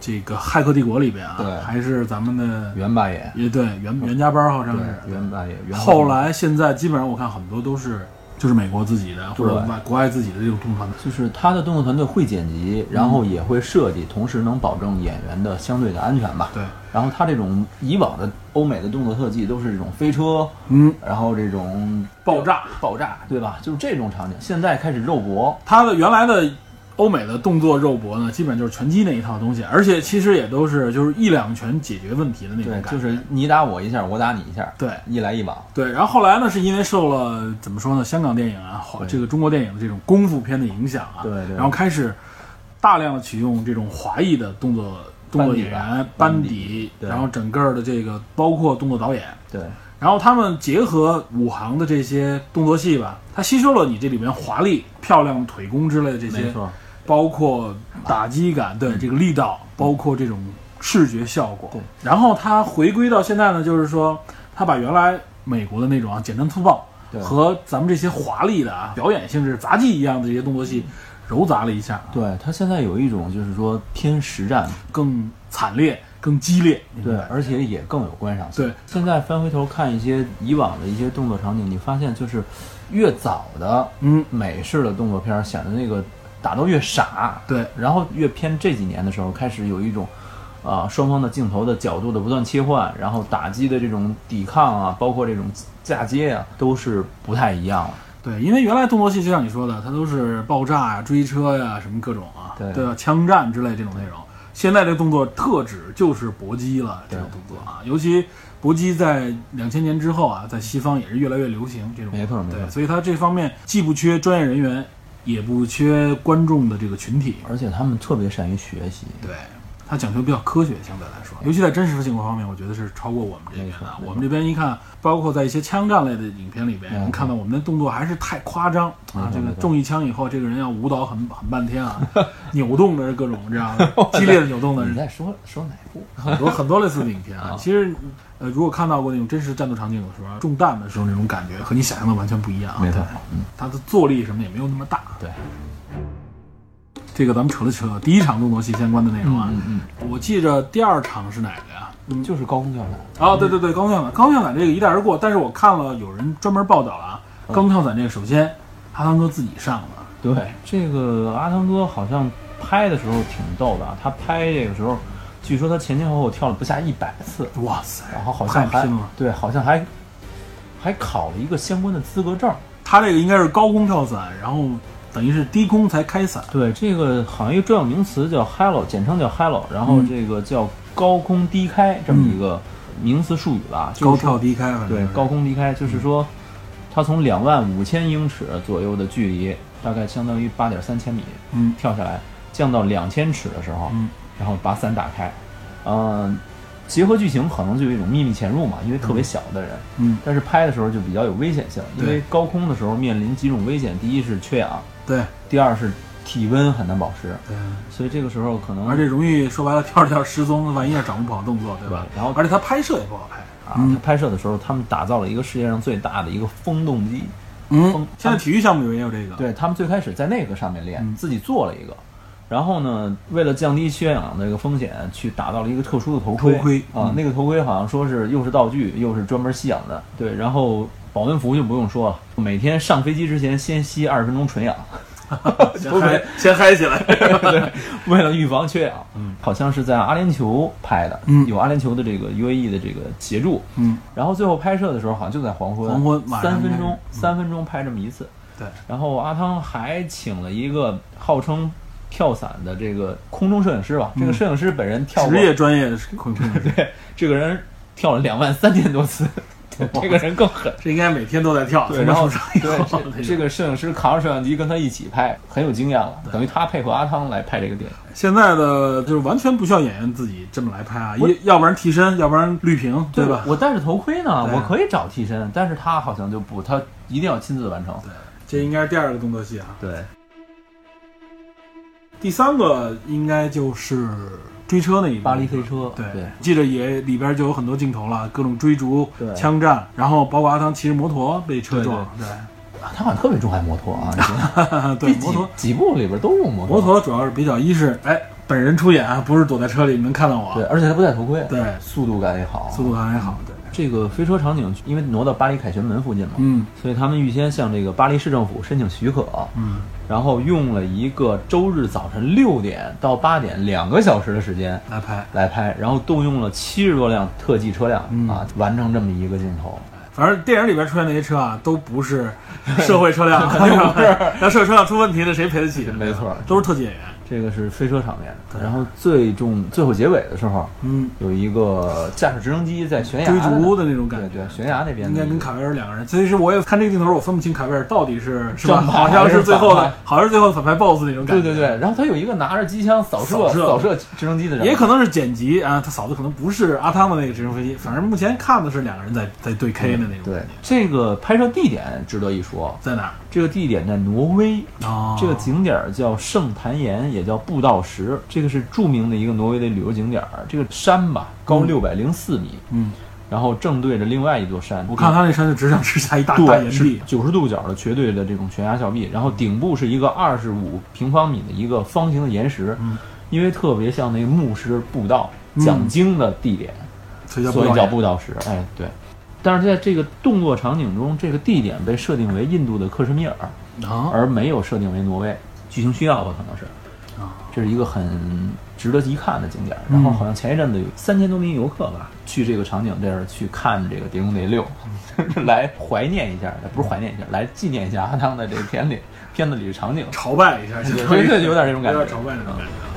C: 这个《骇客帝国》里边
D: 对
C: 啊，还是咱们的
D: 原版也，
C: 也对原原家班儿好像
D: 对
C: 是，
D: 原版也，原版也
C: 后来现在基本上我看很多都是就是美国自己的或者
D: 对
C: 外国外自己的这种动画。
D: 就是他的动作团队会剪辑，然后也会设计，同时能保证演员的相对的安全吧。
C: 对，
D: 然后他这种以往的欧美的动作特技都是这种飞车，
C: 嗯，
D: 然后这种
C: 爆炸。
D: 爆炸，对吧？就是这种场景，现在开始肉搏，
C: 它的原来的欧美的动作肉搏呢，基本就是拳击那一套东西，而且其实也都是就是一两拳解决问题的那种感，
D: 对
C: 觉。
D: 就是你打我一下，我打你一下，
C: 对
D: 一来一往。
C: 对，然后后来呢，是因为受了怎么说呢，香港电影啊，或
D: 对
C: 这个中国电影的这种功夫片的影响啊，
D: 对对
C: 然后开始大量的启用这种华裔的动作动作演员
D: 班底吧
C: 班
D: 班底对
C: 然后整个的这个包括动作导演，
D: 对，
C: 然后他们结合武行的这些动作戏吧，它吸收了你这里面华丽、漂亮腿功之类的这
D: 没
C: 些，
D: 错，
C: 包括打击感，对这个力道，
D: 嗯
C: 包括这种视觉效果。对，然后它回归到现在呢，就是说它把原来美国的那种啊简单粗暴
D: 对
C: 和咱们这些华丽的啊表演性质杂技一样的这些动作戏揉杂了一下，
D: 嗯对他现在有一种就是说偏实战，
C: 更惨烈、更激烈。
D: 对，而且也更有观赏性。
C: 对，
D: 现在翻回头看一些以往的一些动作场景，你发现就是越早的
C: 嗯，
D: 美式的动作片儿显得那个打斗越傻，
C: 对，
D: 然后越偏这几年的时候开始有一种。啊，双方的镜头的角度的不断切换，然后打击的这种抵抗啊，包括这种嫁接啊，都是不太一样了。
C: 对，因为原来动作戏就像你说的，它都是爆炸呀、追车呀、什么各种啊，
D: 对
C: 吧？枪战之类这种内容。现在这动作特指就是搏击了，这
D: 对
C: 种动作啊，尤其搏击在两千年之后啊，在西方也是越来越流行这种。
D: 没错没错
C: 对，所以它这方面既不缺专业人员，也不缺观众的这个群体。
D: 而且他们特别善于学习，
C: 对，它讲究比较科学，相对来说，尤其在真实性方面，我觉得是超过我们这边
D: 没
C: 的
D: 错。没
C: 我们这边一看，包括在一些枪战类的影片里边，
D: 没错
C: 能看到我们的动作还是太夸张
D: 没
C: 啊
D: 错！
C: 这个
D: 没错
C: 中一枪以后，这个人要舞蹈很很半天
D: [laughs]
C: 啊，扭动着各种这样的激烈的扭动的
D: 你在说说哪部？
C: 很多很多类似的影片啊。其实，呃，如果看到过那种真实战斗场景的时候，中弹的时候那种感觉和你想象的完全不一样啊。
D: 没错
C: 对，它的坐力什么也没有那么大。
D: 嗯对，
C: 这个咱们扯了扯第一场动作戏相关的内容啊。
D: 嗯
C: 我记着第二场是哪个呀？
D: 就是高空跳伞。
C: 啊，对对对，高空跳伞，高空跳伞这个一带而过。但是我看了有人专门报道了啊，高空跳伞这个，首先阿汤哥自己上的，
D: 对，这个阿汤哥好像拍的时候挺逗的啊，他拍这个时候，据说他前前后后跳了不下一百次，
C: 哇塞，
D: 然后好像
C: 太
D: 还
C: 拼了。
D: 对，好像还还考了一个相关的资格证。
C: 他这个应该是高空跳伞，然后等于是低空才开伞。
D: 对，这个好像一个专有名词叫 “hello”，简称叫 “hello”，然后
C: 嗯
D: 这个叫高空低开这么一个名词术语吧，就是
C: 高
D: 说
C: 跳低开，反正
D: 对
C: 是
D: 高空离开，就是说，他从两万五千英尺左右的距离，大概相当于八点三千米，
C: 嗯
D: 跳下来，降到两千尺的时候，
C: 嗯
D: 然后把伞打开，嗯、结合剧情可能就有一种秘密潜入嘛，因为特别小的人，
C: 嗯，
D: 但是拍的时候就比较有危险性，因
C: 对
D: 为高空的时候面临几种危险，第一是缺氧，
C: 对
D: 第二是体温很难保持，
C: 对，
D: 所以这个时候可能
C: 而且容易说白了跳着跳着失踪，万一要掌握不好动作，对吧？
D: 对然后
C: 而且他拍摄也不好拍。
D: 啊，他拍摄的时候他们打造了一个世界上最大的一个风洞机。
C: 嗯
D: 风，
C: 现在体育项目里面也有这个。，
D: 对他们最开始在那个上面
C: 嗯
D: 练，自己做了一个，然后呢，为了降低缺氧的这个风险，去打造了一个特殊的头盔。
C: 头盔
D: 啊、
C: 嗯
D: 那个头盔好像说是又是道具，又是专门吸氧的。对，然后保温服就不用说了，每天上飞机之前先吸二十分钟纯氧， [laughs]
C: [laughs] 先嗨先嗨起来。
D: 对，为了预防缺氧。嗯，好像是在阿联酋拍的，
C: 嗯
D: 有阿联酋的这个 UAE 的这个协助。
C: 嗯，
D: 然后最后拍摄的时候好像就在黄昏，
C: 黄昏晚上
D: 三分
C: 应该
D: 钟
C: 是，嗯
D: 三分钟拍这么一次。
C: 对，
D: 然后阿汤还请了一个号称跳伞的这个空中摄影师吧，这个摄影师本人跳过
C: 嗯职，业专业空控
D: [laughs]
C: 制，
D: 对，这个人跳了两万三千多
C: [laughs]
D: 次，对这个人更狠。
C: 这应该每天都在跳。从
D: 对，然后
C: 手上以后
D: 对这这个摄影师扛着摄像机跟他一起拍，很有经验了，等于他配合阿汤来拍这个电影。
C: 现在的就是完全不需要演员自己这么来拍啊，一要不然替身，要不然绿屏，对吧？
D: 我戴着头盔呢，
C: 对啊
D: 我可以找替身，但是他好像就不，他一定要亲自完成。
C: 这应该是第二个动作戏啊。
D: 对，
C: 第三个应该就是追车那一部
D: 巴黎黑车，
C: 对，
D: 对
C: 记着也里边就有很多镜头了，各种追逐、
D: 对
C: 枪战，然后包括阿汤骑着摩托被车
D: 对
C: 撞，对
D: 啊他好像特别钟爱摩托啊，你觉得
C: [laughs]
D: [laughs]
C: 对，摩托
D: 几几部里边都用摩
C: 摩托主要是比较一是哎本人出演啊，不是躲在车里你能看到我，
D: 对，而且他不戴头盔，
C: 对
D: 速度感也好。
C: 速度还好，对，
D: 这个飞车场景因为挪到巴黎凯旋门附近嘛，
C: 嗯
D: 所以他们预先向这个巴黎市政府申请许可，
C: 嗯，
D: 然后用了一个周日早晨六点到八点两个小时的时间
C: 来拍。
D: 来拍，然后动用了七十多辆特技车辆、
C: 嗯
D: 啊，完成这么一个镜头。
C: 反正电影里边出现那些车啊，都不
D: [laughs]
C: 是社会车辆，肯定不是。要社会车辆出问题了，谁赔得起？
D: 没错
C: 都是特技演员。
D: 这个是飞车场面。然后最重最后结尾的时候，
C: 嗯，
D: 有一个驾驶直升机在悬崖
C: 追逐
D: 的
C: 的那种感
D: 对
C: 觉，
D: 对，悬崖那边
C: 应该
D: 的
C: 跟卡维尔两个人。其实我也看这个镜头，我分不清卡维尔到底是是吧？
D: 正
C: [laughs]
D: 派
C: 好像
D: 还是
C: 是最后
D: 反
C: 的
D: 派，
C: 好像是最后的反派 BOSS 那种感觉。
D: 对对对，然后他有一个拿着机枪扫射
C: 扫射
D: 扫射直升机的人，
C: 也可能是剪辑啊，他嫂子可能不是阿汤的那个直升飞机，反正目前看的是两个人在在嗯对 K 的那种
D: 对
C: 感觉，
D: 这个拍摄地点值得一说，
C: 在哪儿？
D: 这个地点在挪威，
C: 哦
D: 这个景点儿叫圣坛岩，也叫步道石，这个是著名的一个挪威的旅游景点儿。这个山吧，高
C: 嗯
D: 六百零四米，
C: 嗯，
D: 然后正对着另外一座山。
C: 我看他那山就只想吃下一大大
D: 对
C: 岩
D: 是
C: 壁，
D: 九十度角的斜对着这种悬崖峭壁，然后顶部是一个二十五平方米的一个方形的岩石，
C: 嗯
D: 因为特别像那个牧师布道讲经的地点，
C: 所以叫
D: 所以
C: 不
D: 叫
C: 叫
D: 布道石。哎，对。但是在这个动作场景中，这个地点被设定为印度的克什米尔，
C: 啊？
D: 而没有设定为挪威。剧情需要吧，可能是
C: 啊。嗯
D: 这是一个很值得一看的景点儿。然后好像前一阵子有三千多名游客吧，去这个场景这儿去看这个《碟中谍六》，
C: 嗯
D: 就是 [laughs] 来怀念一下，不是怀念一下，来纪念一下阿汤的这个片里片子里的场景。
C: 朝拜一
D: [laughs]
C: 下，
D: 对对对有点这种感觉
C: 有点朝拜那种感觉。啊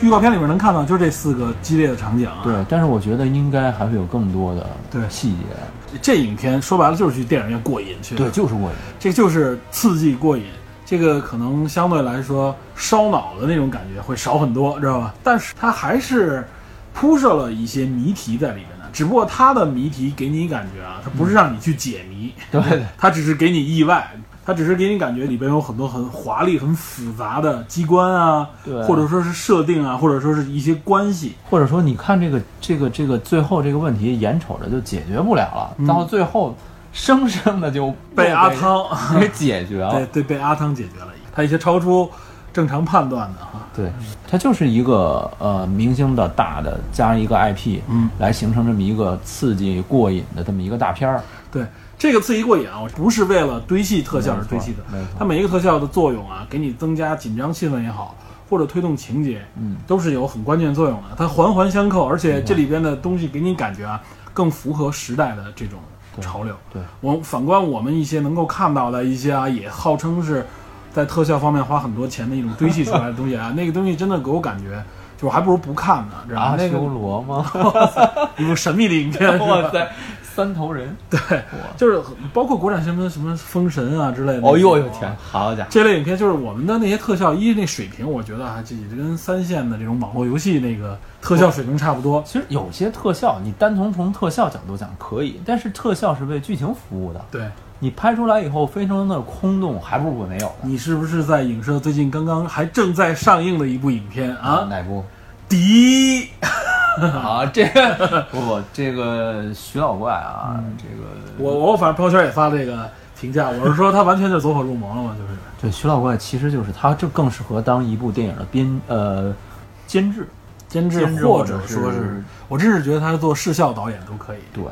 C: 预告片里面能看到，就是这四个激烈的场景啊。
D: 对，但是我觉得应该还会有更多的
C: 对
D: 细节。
C: 这影片说白了就是去电影院过瘾去，
D: 对，，就是过瘾。
C: 这就是刺激过瘾。这个可能相对来说烧脑的那种感觉会少很多，知道吧？但是它还是铺设了一些谜题在里面的，只不过它的谜题给你感觉啊，它不是让你去解谜，
D: 对对
C: 它只是给你意外，它只是给你感觉里边有很多很华丽、很复杂的机关啊，
D: 对
C: 或者说是设定啊，或者说是一些关系，
D: 或者说你看这个这个这个最后这个问题，眼瞅着就解决不了了，
C: 嗯
D: 到最后生生的就
C: 被阿
D: 又
C: 汤
D: [laughs] 给解决了
C: [laughs] 对。对被阿汤解决了，他一些超出正常判断的哈，
D: 对，它就是一个呃明星的大的加上一个 IP，
C: 嗯，
D: 来形成这么一个刺激过瘾的这么一个大片儿。
C: 对。这个刺激过瘾啊！我不是为了堆砌特效而堆砌的
D: 没错没错，
C: 它每一个特效的作用啊，给你增加紧张气氛也好，或者推动情节，
D: 嗯，
C: 都是有很关键作用的。它环环相扣，而且这里边的东西给你感觉啊，更符合时代的这种潮流。
D: 对，
C: 我反观我们一些能够看到的一些啊，也号称是在特效方面花很多钱的一种堆砌出来的东西
D: [laughs]
C: 啊，那个东西真的给我感觉，就我还不如不看呢，知道吗？
D: 阿
C: 那
D: 修
C: 个
D: 罗吗？
C: [laughs] 一部神秘的影片，
D: [laughs]
C: 是吧
D: 哇塞，三头人！
C: 对， [laughs] 就是很包括国产什么什么封神啊之类的。
D: 哦呦呦天，，好家伙！
C: 这类影片就是我们的那些特效，一那水平，我觉得啊，这也跟三线的这种网络游戏那个特效水平差不多。
D: 其实有些特效，你单从从特效角度讲可以，但是特效是为剧情服务的。
C: 对，
D: 你拍出来以后非常的空洞，还不如我没有呢。
C: 你是不是在影射最近刚刚还正在上映的一部影片啊？
D: 哪 [laughs] 部？
C: 敌
D: 啊，这个不不，这个徐老怪啊，这个
C: 我我反正朋友圈也发这个评价，我是说他完全就是走火入魔了嘛，就是
D: 对徐老怪其实就是他，这更适合当一部电影的编呃监制，
C: 监制
D: 监制
C: 或
D: 或者
C: 说
D: 是
C: 我真是觉得他是做视效导演都可以。
D: 对。呃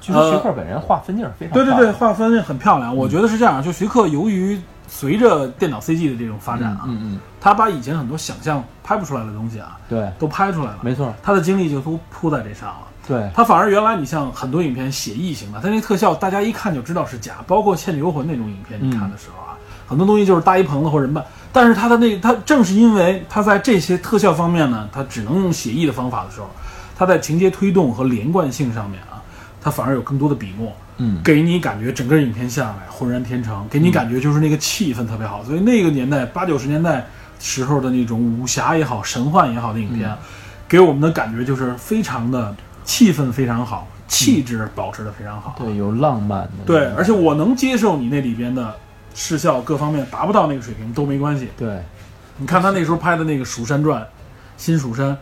D: 据说徐克本人画分镜非常
C: 对对
D: 棒
C: 对，画风很漂亮，我觉得是这样。就徐克由于随着电脑 CG 的这种发展啊，
D: 嗯嗯，
C: 他把以前很多想象拍不出来的东西啊，
D: 对，
C: 都拍出来了。
D: 没错，
C: 他的精力就都扑在这上了。
D: 对
C: 他反而原来你像很多影片写意型的，他那特效大家一看就知道是假，包括《倩女幽魂》那种影片，
D: 嗯
C: 你看的时候啊，很多东西就是搭一棚子或人扮。但是他的那他正是因为他在这些特效方面呢，他只能用写意的方法的时候，他在情节推动和连贯性上面啊，他反而有更多的笔墨。
D: 嗯，
C: 给你感觉整个影片下来浑然天成，给你感觉就是那个气氛特别
D: 嗯
C: 好。所以那个年代八九十年代时候的那种武侠也好、神幻也好的影片，
D: 嗯
C: 给我们的感觉就是非常的气氛非常好，
D: 嗯
C: 气质保持的非常好。
D: 对，有浪漫的，
C: 对，而且我能接受你那里边的视效各方面达不到那个水平都没关系。
D: 对，
C: 你看他那时候拍的那个《蜀山传》，《新蜀山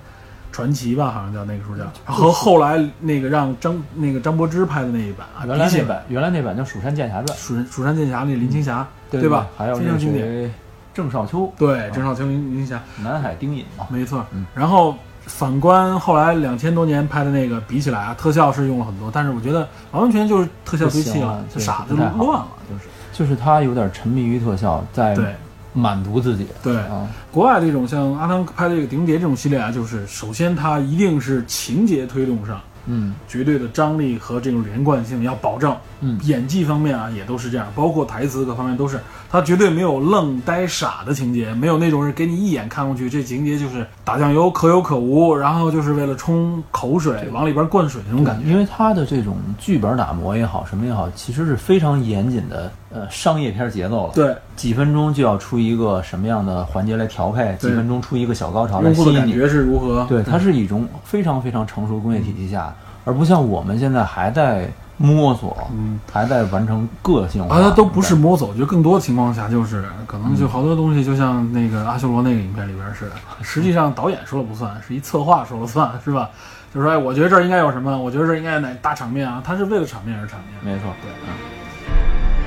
C: 传奇》吧，好像叫那个时候叫，
D: 嗯
C: 和后来那个让张那个张柏芝拍的那一版啊，
D: 原来
C: 比起
D: 那
C: 来
D: 版原来那版叫《蜀山剑侠传
C: 蜀山蜀山剑侠那林青霞，》，
D: 嗯对
C: 吧？
D: 还有
C: 非
D: 那
C: 常
D: 个
C: 经典。
D: 谁郑少秋、
C: 对，郑少秋、林林青霞，
D: 南海丁隐嘛，
C: 没错。
D: 嗯
C: 然后反观后来两千多年拍的那个比起来啊，特效是用了很多，但是我觉得完完全全就是特效堆砌了，
D: 不
C: 就
D: 行
C: 傻
D: 了
C: 子
D: 对不太好
C: 乱了，就是。
D: 就是他有点沉迷于特效，在
C: 对
D: 满足自己
C: 对，
D: 啊，
C: 国外这种像阿汤拍这个《碟中谍》这种系列啊，就是首先它一定是情节推动上
D: 嗯
C: 绝对的张力和这种连贯性要保证。
D: 嗯
C: 演技方面啊，也都是这样，包括台词各方面都是，他绝对没有愣呆傻的情节，没有那种是给你一眼看过去，这情节就是打酱油可有可无，然后就是为了冲口水往里边灌水那种感觉。
D: 因为他的这种剧本打磨也好，什么也好，其实是非常严谨的，呃，商业片节奏了。，
C: 对，
D: 几分钟就要出一个什么样的环节来调配，几
C: 对
D: 分钟出一个小高潮来
C: 用
D: 吸
C: 户的
D: 引
C: 感
D: 你。
C: 觉是如何？
D: 对，它是一种非常非常成熟的工业体系下，而不像我们现在还在摸索，
C: 嗯
D: 还在完成个性化。
C: 啊，它都不是摸索，我觉得更多的情况下就是，可能
D: 嗯
C: 就好多东西，就像那个阿修罗那个影片里边
D: [laughs]
C: 似的，实际上导演说了不算，是一策划说了算，是吧？就说哎，我觉得这儿应该有什么，我觉得这儿应该有哪大场面啊，他是为了场面而场面。
D: 没错。
C: 对啊
D: 嗯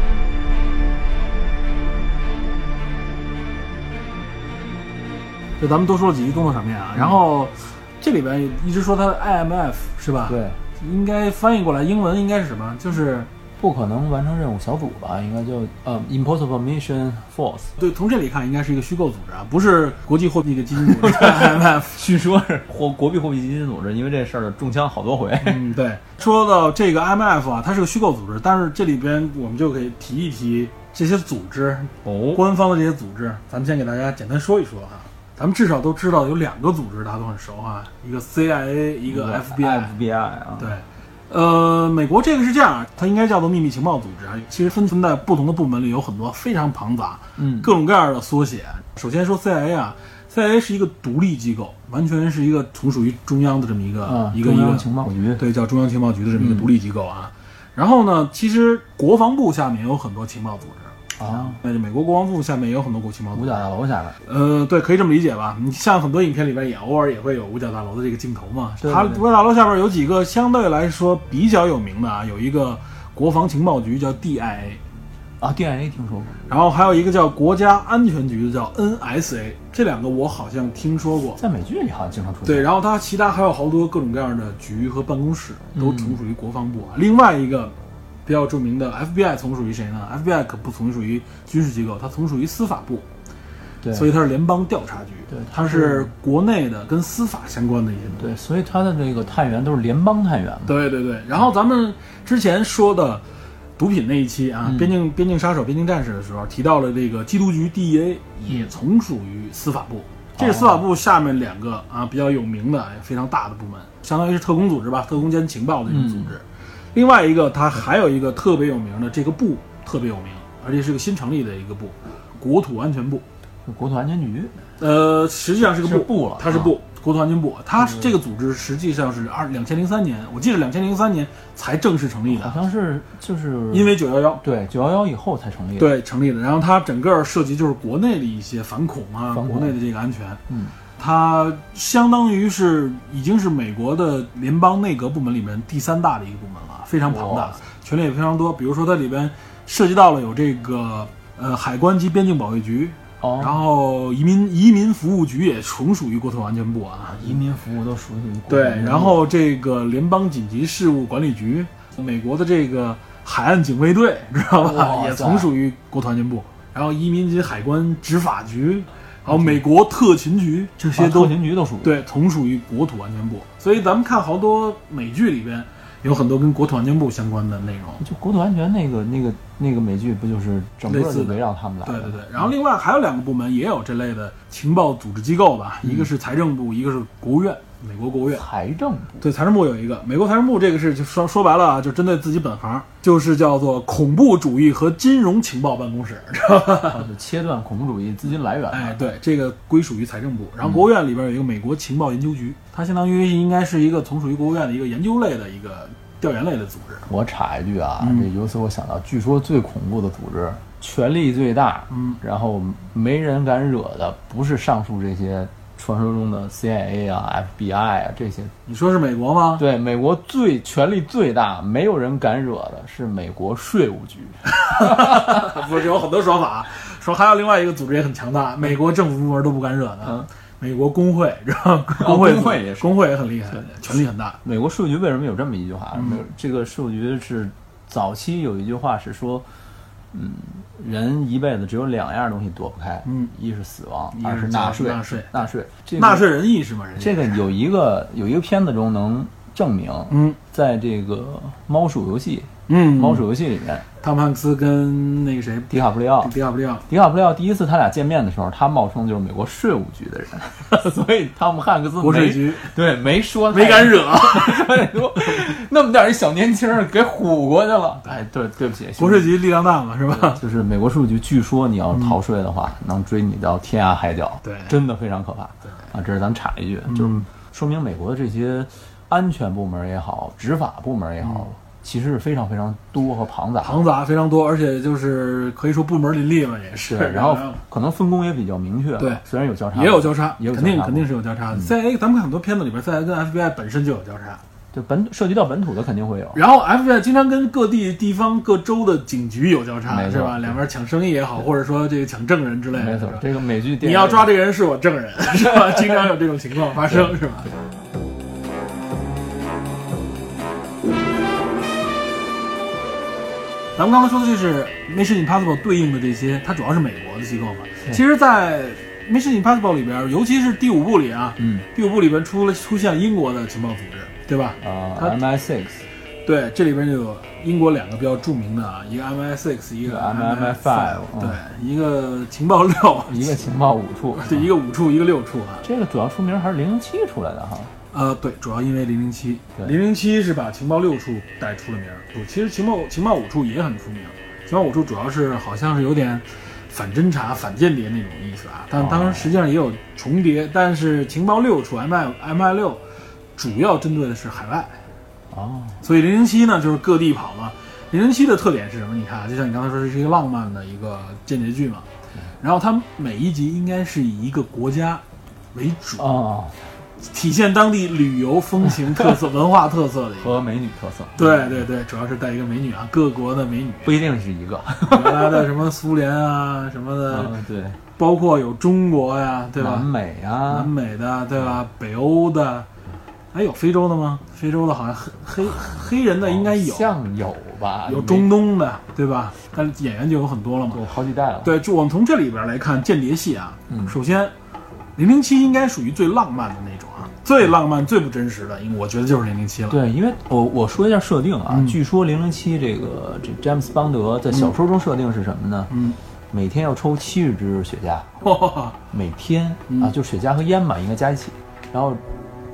C: 就咱们多说了几句动作场面啊，然后这里边一直说它的 IMF 是吧？，
D: 对，
C: 应该翻译过来英文应该是什么？就是
D: 不可能完成任务小组吧？应该叫呃，Impossible Mission Force。
C: 对，从这里看应该是一个虚构组织啊，不是国际货币的基金 [laughs] 组织 IMF。
D: 据说 [laughs] 是货国币货币基金组织，因为这事儿中枪好多回。
C: [laughs] 嗯，对。说到这个 IMF 啊，它是个虚构组织，但是这里边我们就可以提一提这些组织，
D: [laughs] 哦，
C: 官方的这些组织，咱们先给大家简单说一说哈、咱们至少都知道有两个组织大家都很熟啊，一个 CIA，一
D: 嗯
C: 个 FBI。
D: FBI 啊，
C: 对，呃，美国这个是这样，它应该叫做秘密情报组织啊。其实分存在不同的部门里有很多非常庞杂，
D: 嗯
C: 各种各样的缩写。首先说 CIA 啊，CIA 是一个独立机构，完全是一个从属于中央的这么一个、
D: 啊，
C: 嗯一个一
D: 中央
C: 个
D: 情报局。嗯
C: 对，叫中央情报局的这么一个独立机构啊。然后呢，其实国防部下面有很多情报组织，
D: 啊，
C: 那就美国国防部下面也有很多国情报组
D: 五
C: 织
D: 角。大楼下面。
C: 呃，对，可以这么理解吧？你像很多影片里边也偶尔也会有五角大楼的这个镜头嘛。
D: 对对
C: 它
D: 对
C: 五角大楼下边有几个相对来说比较有名的啊，有一个国防情报局叫 DIA，
D: 啊，DNA 听说过。
C: 然后还有一个叫国家安全局的叫 NSA，这两个我好像听说过。
D: 在美剧里好像经常出现。
C: 对，然后它其他还有好多各种各样的局和办公室，
D: 嗯
C: 都从属于国防部啊。另外一个比较著名的 FBI 从属于谁呢？FBI 可不从属于军事机构，它从属于司法部。
D: 对，
C: 所以它是联邦调查局，
D: 对
C: 它是国内的跟司法相关的一些东西。
D: 对，所以他的这个探员都是联邦探员嘛。
C: 对对对。然后咱们之前说的毒品那一期
D: 嗯
C: 啊，边境边境杀手、边境战士的时候提到了这个缉毒局 DEA
D: 嗯
C: 也从属于司法部，
D: 哦
C: 这是司法部下面两个啊比较有名的、非常大的部门，相当于是特工组织吧，特工间情报的一种组织。
D: 嗯
C: 另外一个，它还有一个特别有名的这个部特别有名，而且是个新成立的一个部，国土安全部。
D: 是国土安全局。
C: 呃，实际上是个
D: 是部了啊嗯
C: 它是部、国土安全部，它是这个组织实际上是二两千零三年，我记得两千零三年才正式成立
D: 好
C: 的，
D: 像是就是
C: 因为九幺幺
D: 对九幺幺以后才成立的。，
C: 对成立的，然后它整个涉及就是国内的一些反恐啊，
D: 反恐
C: 国内的这个安全，
D: 嗯，
C: 它相当于是已经是美国的联邦内阁部门里面第三大的一个部门了，非常庞大
D: 哇，
C: 权力也非常多，比如说它里边涉及到了有这个呃海关及边境保卫局。
D: 哦，
C: 然后移民移民服务局也从属于国土安全部啊，
D: 移民服务都熟悉于国土
C: 对
D: 安全，局
C: 然后这个联邦紧急事务管理局，美国的这个海岸警卫队，知道吧？
D: 哇
C: 也
D: 塞
C: 从属于国团建部。然后移民及海关执法局，然后美国特勤局，这
D: 啊
C: 些都
D: 特勤局都属于。
C: 对，同属于国土安全部。所以咱们看好多美剧里边有很多跟国土安全部相关的内容。
D: 就国土安全那个那个那个美剧不就是整个
C: 类似
D: 就
C: 的
D: 围绕他们来
C: 对
D: 的？
C: 对对，然后另外还有两个部门也有这类的情报组织机构吧，
D: 嗯
C: 一个是财政部，一个是国务院，美国国务院。
D: 财政部
C: [laughs] 对，财政部有一个，美国财政部这个是就说说白了啊，就针对自己本行，就是叫做恐怖主义和金融情报办公室。 [laughs]
D: 啊就切断恐怖主义资金来源。
C: 哎，对，这个归属于财政部。然后国务院里边有一个美国情报研究局，它相当于应该是一个从属于国务院的一个研究类的一个调研类的组织。
D: 我插一句啊，
C: 嗯
D: 这由此我想到，据说最恐怖的组织，权力最大，
C: 嗯，
D: 然后没人敢惹的，不是上述这些传说中的 CIA 啊、FBI 啊这些。
C: 你说是美国吗？
D: 对，美国最权力最大，没有人敢惹的是美国税务局。
C: 不是有很多说法，啊说还有另外一个组织也很强大，美国政府部门都不敢惹的，
D: 嗯哦
C: 美国工会，知道吗？工会组、
D: 工会也是
C: 工会也很厉害，权力很大。
D: 美国税务局为什么有这么一句话？
C: 嗯
D: 美这个税务局是早期有一句话是说，嗯，人一辈子只有两样东西躲不开，
C: 嗯
D: 一是死亡，
C: 一
D: 二
C: 是
D: 纳
C: 纳
D: 税。
C: 税
D: 纳税，这个
C: 纳税人意识嘛，人家
D: 这个有一个有一个片子中能证明，
C: 嗯
D: 在这个猫鼠游戏、
C: 嗯，
D: 猫鼠游啊戏里面，
C: 汤姆汉克斯跟那个谁
D: 迪卡普里奥
C: 迪卡普里奥，
D: 迪卡普里奥第一次他俩见面的时候，他冒充就是美国税务局的人， [laughs] 所以汤姆汉克斯
C: 国税
D: 嗯没
C: 局
D: 对没说
C: 没敢
D: [laughs]
C: 惹
D: 太多，那么点儿一小年轻儿给唬过去了。哎，对对不起，兄弟
C: 国税局力量大嘛，是吧？ [laughs]
D: 就是美国税务局，据说你要逃税的话，能追你到天涯海角，
C: 嗯对嗯
D: 真的非常可怕。啊，这是咱们插一句，就是说明美国的这些安全部门也好，执法部门也好，其实是非常非常多和庞杂的。
C: 嗯庞杂非常多，而且就是可以说部门林立嘛，也是。
D: 对，然后可能分工也比较明确。
C: 对
D: 虽然有交叉，
C: 也有交叉，
D: 也有
C: 肯定
D: 交叉啊嗯
C: 肯定是有交叉的。在咱们看很多片子里边，在跟 FBI 本身就有交叉，
D: 就本涉及到本土的肯定会有。
C: 然后 FBI 经常跟各地地方各州的警局有交叉，
D: 没错
C: 是吧？两边抢生意也好，或者说这个抢证人之类的，
D: 没
C: 是
D: 错
C: 吧，
D: 这个美剧电
C: 你
D: 影
C: 要抓这个人是我证人，是吧？经常有这种情况发生，是吧？咱们刚才说的就是 Mission Impossible 对应的这些，它主要是美国的机构嘛。其实，在 Mission Impossible 里边，尤其是第五部里啊，
D: 嗯
C: 第五部里边出了出现英国的情报组织，对吧？
D: 啊
C: 它
D: MI six
C: 对，这里边就有英国两个比较著名的啊，一个 MI6，一个
D: MI5 嗯
C: 对，一个情报六，
D: 一个情报五处，
C: 对，一个五处，一个六处啊。
D: 这个主要出名还是零零七出来的哈。
C: 呃，对，主要因为零零七，
D: 对
C: 零零七是把情报六处带出了名儿。不，其实情报情报五处也很出名。情报五处主要是好像是有点反侦察、反间谍那种意思啊，但当
D: 哦
C: 然实际上也有重叠。但是情报六处 M I M I 六主要针对的是海外，
D: 哦，
C: 所以零零七呢就是各地跑嘛。零零七的特点是什么？你看，啊，就像你刚才说，这是一个浪漫的一个间谍剧嘛。然后它每一集应该是以一个国家为主，
D: 哦，
C: 体现当地旅游风情特色、文化特色的一个。
D: 和美女特色，嗯
C: 对对对，主要是带一个美女啊，各国的美女，
D: 不一定是一个，
C: 原来的什么苏联啊什么的，
D: 嗯，对，
C: 包括有中国呀、对
D: 南
C: 吧？
D: 美
C: 南
D: 啊，
C: 美的对吧？北欧的，哎，有非洲的吗？非洲的好像黑黑黑人的应该有
D: 好，像有吧，
C: 有
D: 没
C: 中东的对吧？但演员就有很多了嘛。
D: 对好几代了，，
C: 对，就我们从这里边来看间谍戏啊，
D: 嗯
C: 首先，零零七应该属于最浪漫的那种啊，最浪漫、最不真实的，因为我觉得就是零零七了。
D: 对，因为我我说一下设定啊，
C: 嗯
D: 据说零零七这个这詹姆斯邦德在小说中设定是什么呢？
C: 嗯，
D: 每天要抽七十支雪茄，
C: 哇，
D: 每天、
C: 嗯
D: 啊，就雪茄和烟嘛，应该加一起，然后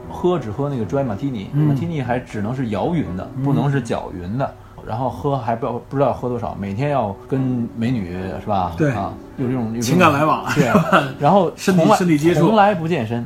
D: 喝只喝那个 dry martini，martini、
C: 嗯
D: martini 还只能是摇匀的，不能是搅匀的。然后喝还不知道不知道喝多少，每天要跟美女是吧？
C: 对
D: 啊，有这种有这种
C: 情感来往 [laughs]
D: 对。然后
C: 身体
D: 从来
C: 身体接触
D: 从来不健
C: [laughs]
D: 身，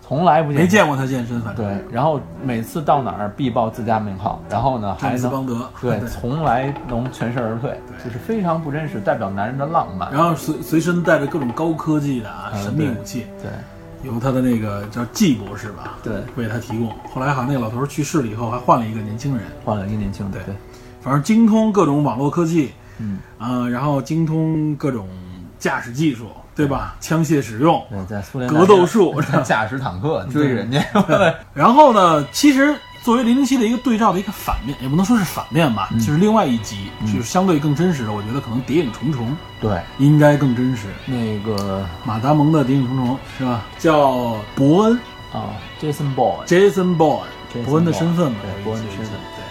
D: 从来不健身
C: 没见过他健身，反正
D: 对，然后每次到哪儿必报自家名号，然后呢
C: 詹
D: 还
C: 姆斯
D: 能
C: 邦德 [laughs]
D: 对，从来能全身而退，就是非常不真实，代表男人的浪漫。
C: 然后随随身带着各种高科技的啊
D: 嗯
C: 神秘
D: 对
C: 武器，
D: 对
C: 由他的那个叫季博士吧，
D: 对，
C: 为他提供。后来好像那个老头儿去世了以后，还换了一个年轻人，
D: 换了一个年轻的，
C: 对反正精通各种网络科技，
D: 嗯，
C: 啊、然后精通各种驾驶技术，对吧？枪械使用，
D: 对，在苏联
C: 格斗术
D: [laughs] 驾驶坦克追
C: [laughs]
D: 人家，
C: 然后呢，其实作为零零七的一个对照的一个反面，也不能说是反面吧，
D: 嗯
C: 就是另外一集，就是相对更真实的，我觉得可能《谍影重重》
D: 对，
C: 应该更真实。
D: 那个
C: 马达蒙的《谍影重重》是吧？叫伯恩
D: 啊，Jason Bourne，
C: （Jason Bourne），
D: Jason
C: 伯恩的身份嘛，
D: Bourne，对
C: 有一
D: 伯
C: 集
D: 恩的身份。
C: 对，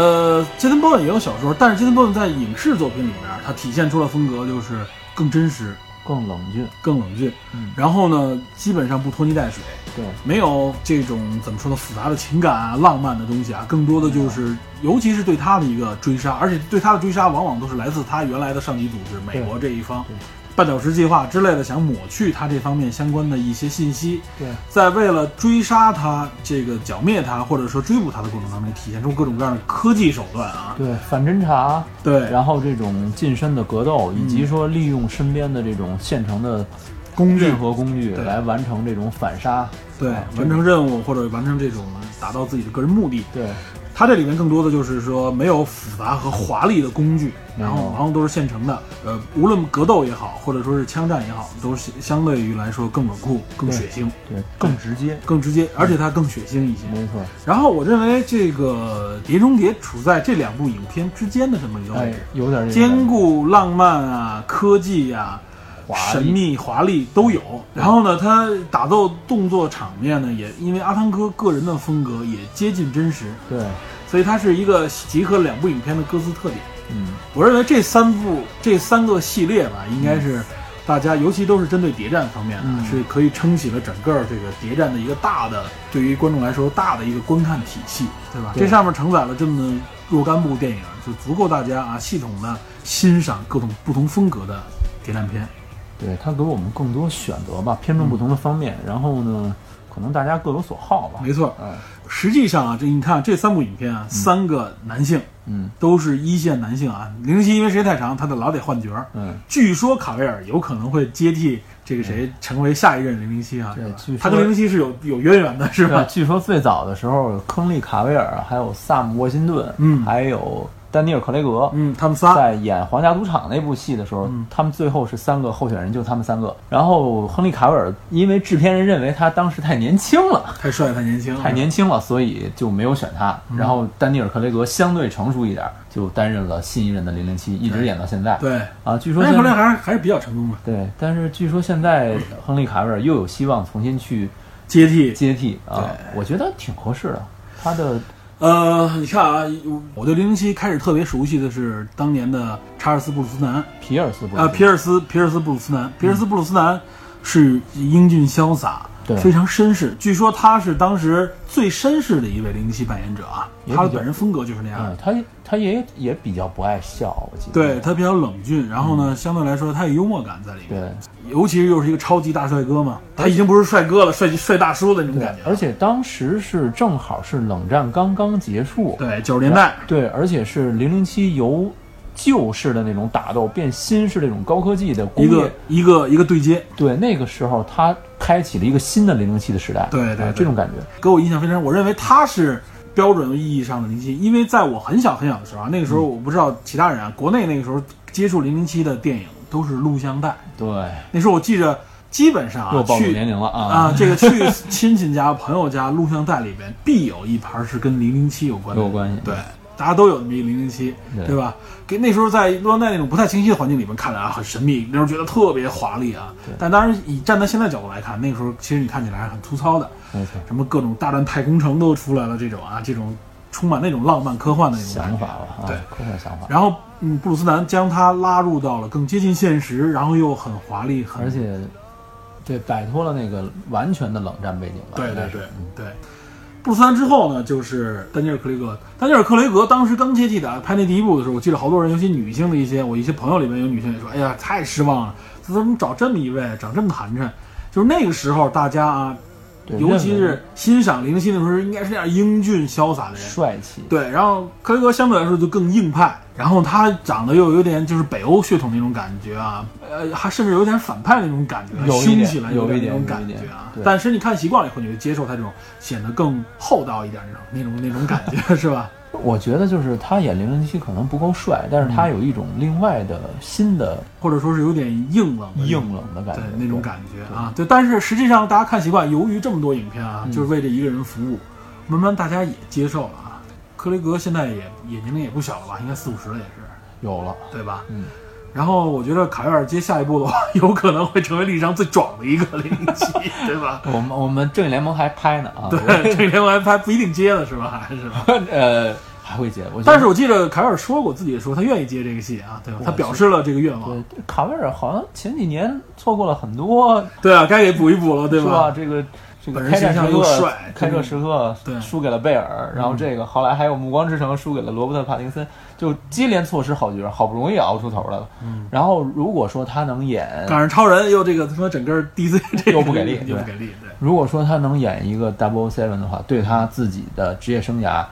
C: 呃，Jason Bourne 也有小说，但是 Jason Bourne 在影视作品里边，他体现出了风格就是更真实、
D: 更冷峻，
C: 更冷峻，
D: 嗯
C: 然后呢，基本上不拖泥带水。
D: 对，
C: 没有这种怎么说呢，复杂的情感啊、浪漫的东西啊，更多的就是，
D: 嗯
C: 尤其是对他的一个追杀，而且对他的追杀往往都是来自他原来的上级组织美国这一方
D: 对，
C: 半岛时计划之类的，想抹去他这方面相关的一些信息，
D: 对，
C: 在为了追杀他、这个剿灭他，或者说追捕他的过程当中，体现出各种各样的科技手段啊，
D: 对，反侦察，
C: 对，
D: 然后这种近身的格斗，以及说利用身边的这种现成的
C: 嗯工具
D: 任何工具
C: 对
D: 来完成这种反杀，
C: 对
D: 啊
C: 完成任务或者完成这种达到自己的个人目的，
D: 对，
C: 它这里面更多的就是说没有复杂和华丽的工具，
D: 没有
C: 然后然后都是现成的，呃，无论格斗也好，或者说是枪战也好，都是相对于来说更冷酷、更血腥、
D: 对，嗯更直接，
C: 更直接，而且它更血腥一些。
D: 没错，
C: 然后我认为这个《碟中谍》处在这两部影片之间的这么一个位
D: 哎
C: 置，，
D: 有点这个
C: 兼顾浪漫啊、科技啊，
D: 华
C: 神
D: 丽
C: 秘、华丽都有。然后呢，他打斗动作场面呢，也因为阿汤哥个人的风格也接近真实，
D: 对，
C: 所以它是一个集合两部影片的各自特点。
D: 嗯，
C: 我认为这三部这三个系列吧，应该是大家，尤其都是针对谍战方面的，
D: 嗯
C: 是可以撑起了整个这个谍战的一个大的，对于观众来说大的一个观看体系，对吧？
D: 对
C: 这上面承载了这么若干部电影，就足够大家啊系统的欣赏各种不同风格的谍战片。
D: 对，它给我们更多选择吧，偏重不同的方面。然后呢，可能大家各有所好吧。
C: 没错，
D: 嗯
C: 实际上啊，这你看这三部影片啊，三个男性
D: 嗯
C: 都是一线男性啊，零零七因为时间太长，他得老得换角儿。
D: 嗯，
C: 据说卡维尔有可能会接替这个谁，成为下一任零零七啊，
D: 对
C: 是吧
D: 据说
C: 他跟零零七是有有渊源的，是
D: 对吧？
C: 吧？
D: 据说最早的时候，亨利·卡维尔、还有萨姆·沃辛顿，
C: 嗯
D: 还有丹尼尔·克雷格，
C: 嗯，他们仨，
D: 在演《皇家赌场》那部戏的时候，
C: 嗯
D: 他们最后是三个候选人，就他们三个。然后亨利·卡维尔因为制片人认为他当时太年轻了，
C: 太帅太年轻了，
D: 太年轻了，所以就没有选他。
C: 嗯
D: 然后丹尼尔·克雷格相对成熟一点，就担任了新一任的零零七，一直演到现在。
C: 对，
D: 啊，据说
C: 那
D: 现
C: 后来
D: 在
C: 还是还是比较成功的，
D: 对，但是据说现在亨利·卡维尔又有希望重新去
C: 接替。
D: 接替啊，我觉得挺合适的。他的
C: 呃，你看啊，我对零零七开始特别熟悉的是当年的查尔斯布鲁斯南，
D: 皮尔斯伯
C: 啊，皮尔斯皮尔斯布鲁斯
D: 嗯
C: 南，皮尔斯布鲁斯南是英俊潇洒
D: 对，
C: 非常绅士。据说他是当时最绅士的一位零零七扮演者啊，
D: 也比较
C: 他的本人风格就是那样的
D: 嗯，。他他也也比较不爱笑，我记得。
C: 对他比较冷峻，然后呢，相对来说他有幽默感在里面，
D: 嗯对。
C: 尤其是又是一个超级大帅哥嘛，他已经不是帅哥了，帅帅大叔的那种感觉，
D: 而且当时是正好是冷战刚刚结束，
C: 对九十年代，
D: 对，而且是零零七由旧式的那种打斗变新式的那种高科技的工
C: 一
D: 业
C: 个，一个一个对接，
D: 对，那个时候它开启了一个新的零零七的时代，
C: 对对
D: 啊
C: 对
D: 这种感觉，
C: 给我印象非常深。我认为他是标准意义上的零七，因为在我很小很小的时候啊，那个时候我不知道其他人啊，国内那个时候接触零零七的电影都是录像带，
D: 对，
C: 那时候我记着基本上啊
D: 又暴露
C: 去
D: 年龄了啊，
C: 啊，这个去亲戚家、朋友家，录像带里边必有一盘是跟零零七有关的，
D: 有关系
C: 对，大家都有那么一零零七，
D: 嗯对
C: 对吧？给那时候在录像带那种不太清晰的环境里边看的啊，很神秘，那时候觉得特别华丽啊。但当然，以站在现在角度来看，那个时候其实你看起来还很粗糙的，
D: 没错，
C: 什么各种大战太空城都出来了，这种啊，这种充满那种浪漫科幻的那种感觉
D: 想法吧，啊
C: 对，
D: 科幻想法，
C: 然后，嗯，布鲁斯南将他拉入到了更接近现实，然后又很华丽，很
D: 而且对摆脱了那个完全的冷战背景吧，
C: 对
D: 应该
C: 对
D: 是
C: 对嗯对。布鲁斯南之后呢，就是丹尼尔·克雷格。丹尼尔·克雷格当时刚接替的拍那第一部的时候，我记得好多人，尤其女性的一些，我一些朋友里面有女性也说：“哎呀，太失望了，怎么找这么一位，长这么寒碜？”就是那个时候，大家啊，
D: 对
C: 尤其
D: 认为
C: 是欣赏零星的时候，应该是那样英俊潇洒的人。
D: 帅气，
C: 对，然后克雷格相对来说就更硬派，然后他长得又有点就是北欧血统那种感觉啊，呃，还甚至有点反派那种感觉，
D: 有一
C: 凶
D: 点
C: 起来
D: 有一
C: 点那
D: 点
C: 种
D: 有
C: 感
D: 一
C: 觉
D: 点
C: 啊
D: 对。
C: 但是你看习惯了以后，你就接受他这种显得更厚道一点那种那种那种感觉，是吧？ [laughs]
D: 我觉得就是他演零零七可能不够帅，但是
C: 嗯
D: 他有一种另外的新的
C: 或者说是有点硬朗的那种
D: 硬冷的感觉
C: 嗯对，那种感觉啊，对。但是实际上，大家看习惯，由于这么多影片啊，
D: 嗯
C: 就是为这一个人服务，慢慢大家也接受了啊。克雷格现在也也年龄也不小了吧，应该四五十了也是，
D: 有了。
C: 对吧？
D: 嗯，
C: 然后我觉得卡维尔接下一步的话， [laughs] 有可能会成为历史上最壮的一个零零
D: [laughs]
C: 七，对吧？
D: 我们我们正义联盟还拍呢啊，
C: 对，这连完还不一定接了，是吧？还是吧？
D: 我呃还会接，我觉得
C: 但是我记得凯尔说过，自己也说他愿意接这个戏啊，对吧？他表示了这个愿望，
D: 对卡维尔好像前几年错过了很多，
C: 对啊，该给补一补了，对
D: 是吧？
C: 吧？
D: 啊这个这个
C: 本人
D: 开战
C: 形
D: 时
C: 象又
D: 刻
C: 帅，
D: 开
C: 这
D: 战
C: 个
D: 时刻
C: 对嗯
D: 输给了贝尔，然后这个后来还有《暮光之城》输给了罗伯特·帕丁森，就接连错失好角，好不容易熬出头来了。嗯，然后如果说他能演，
C: 赶上超人又这个他妈整个 DC 这个
D: [laughs] 又不给力
C: 又不
D: 对
C: 给力，对。
D: 如果说他能演一个 Double Seven 的话，对他自己的职业生涯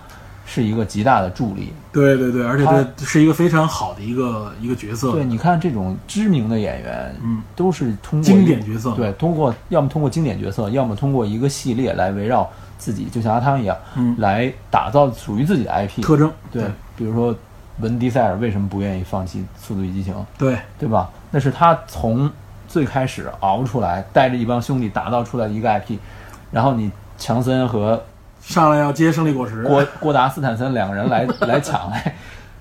D: 是一个极大的助力。
C: 对对对，而且这是一个非常好的一个一个角色，
D: 对，你看这种知名的演员，
C: 嗯，
D: 都是通过
C: 经典角色
D: 对，通过要么通过经典角色，要么通过一个系列来围绕自己，就像阿汤一样，
C: 嗯
D: 来打造属于自己的 IP
C: 特征，
D: 对，比如说文迪塞尔为什么不愿意放弃《速度与激情》，
C: 对
D: 对吧？那是他从最开始熬出来，带着一帮兄弟打造出来的一个 IP，然后你强森和
C: 上来要接胜利果实，
D: [laughs] 郭郭达斯坦森两个人来哎来抢来，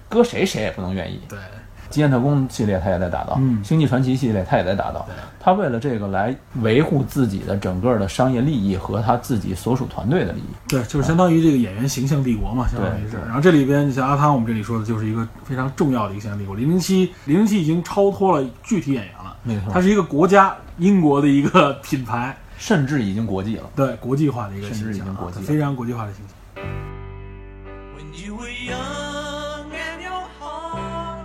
D: 搁谁谁也不能愿意。
C: 对，
D: 《极限特工》系列他也在打造，
C: 嗯
D: 星际传奇》系列他也在打造。他为了这个来维护自己的整个的商业利益和他自己所属团队的利益。
C: 对，就是相当于这个演员形象帝国嘛，相当于是。然后这里边，像阿汤我们这里说的，就是一个非常重要的一个形象帝国。零零七，零零七已经超脱了具体演员了，
D: 没错
C: 它是一个国家，英国的一个品牌，
D: 甚至已经国际了。
C: 对，国际化的一个
D: 甚
C: 形
D: 至已
C: 象
D: 经
C: 啊，
D: 国际了
C: 非常国际化的形象。
B: When you were young and your heart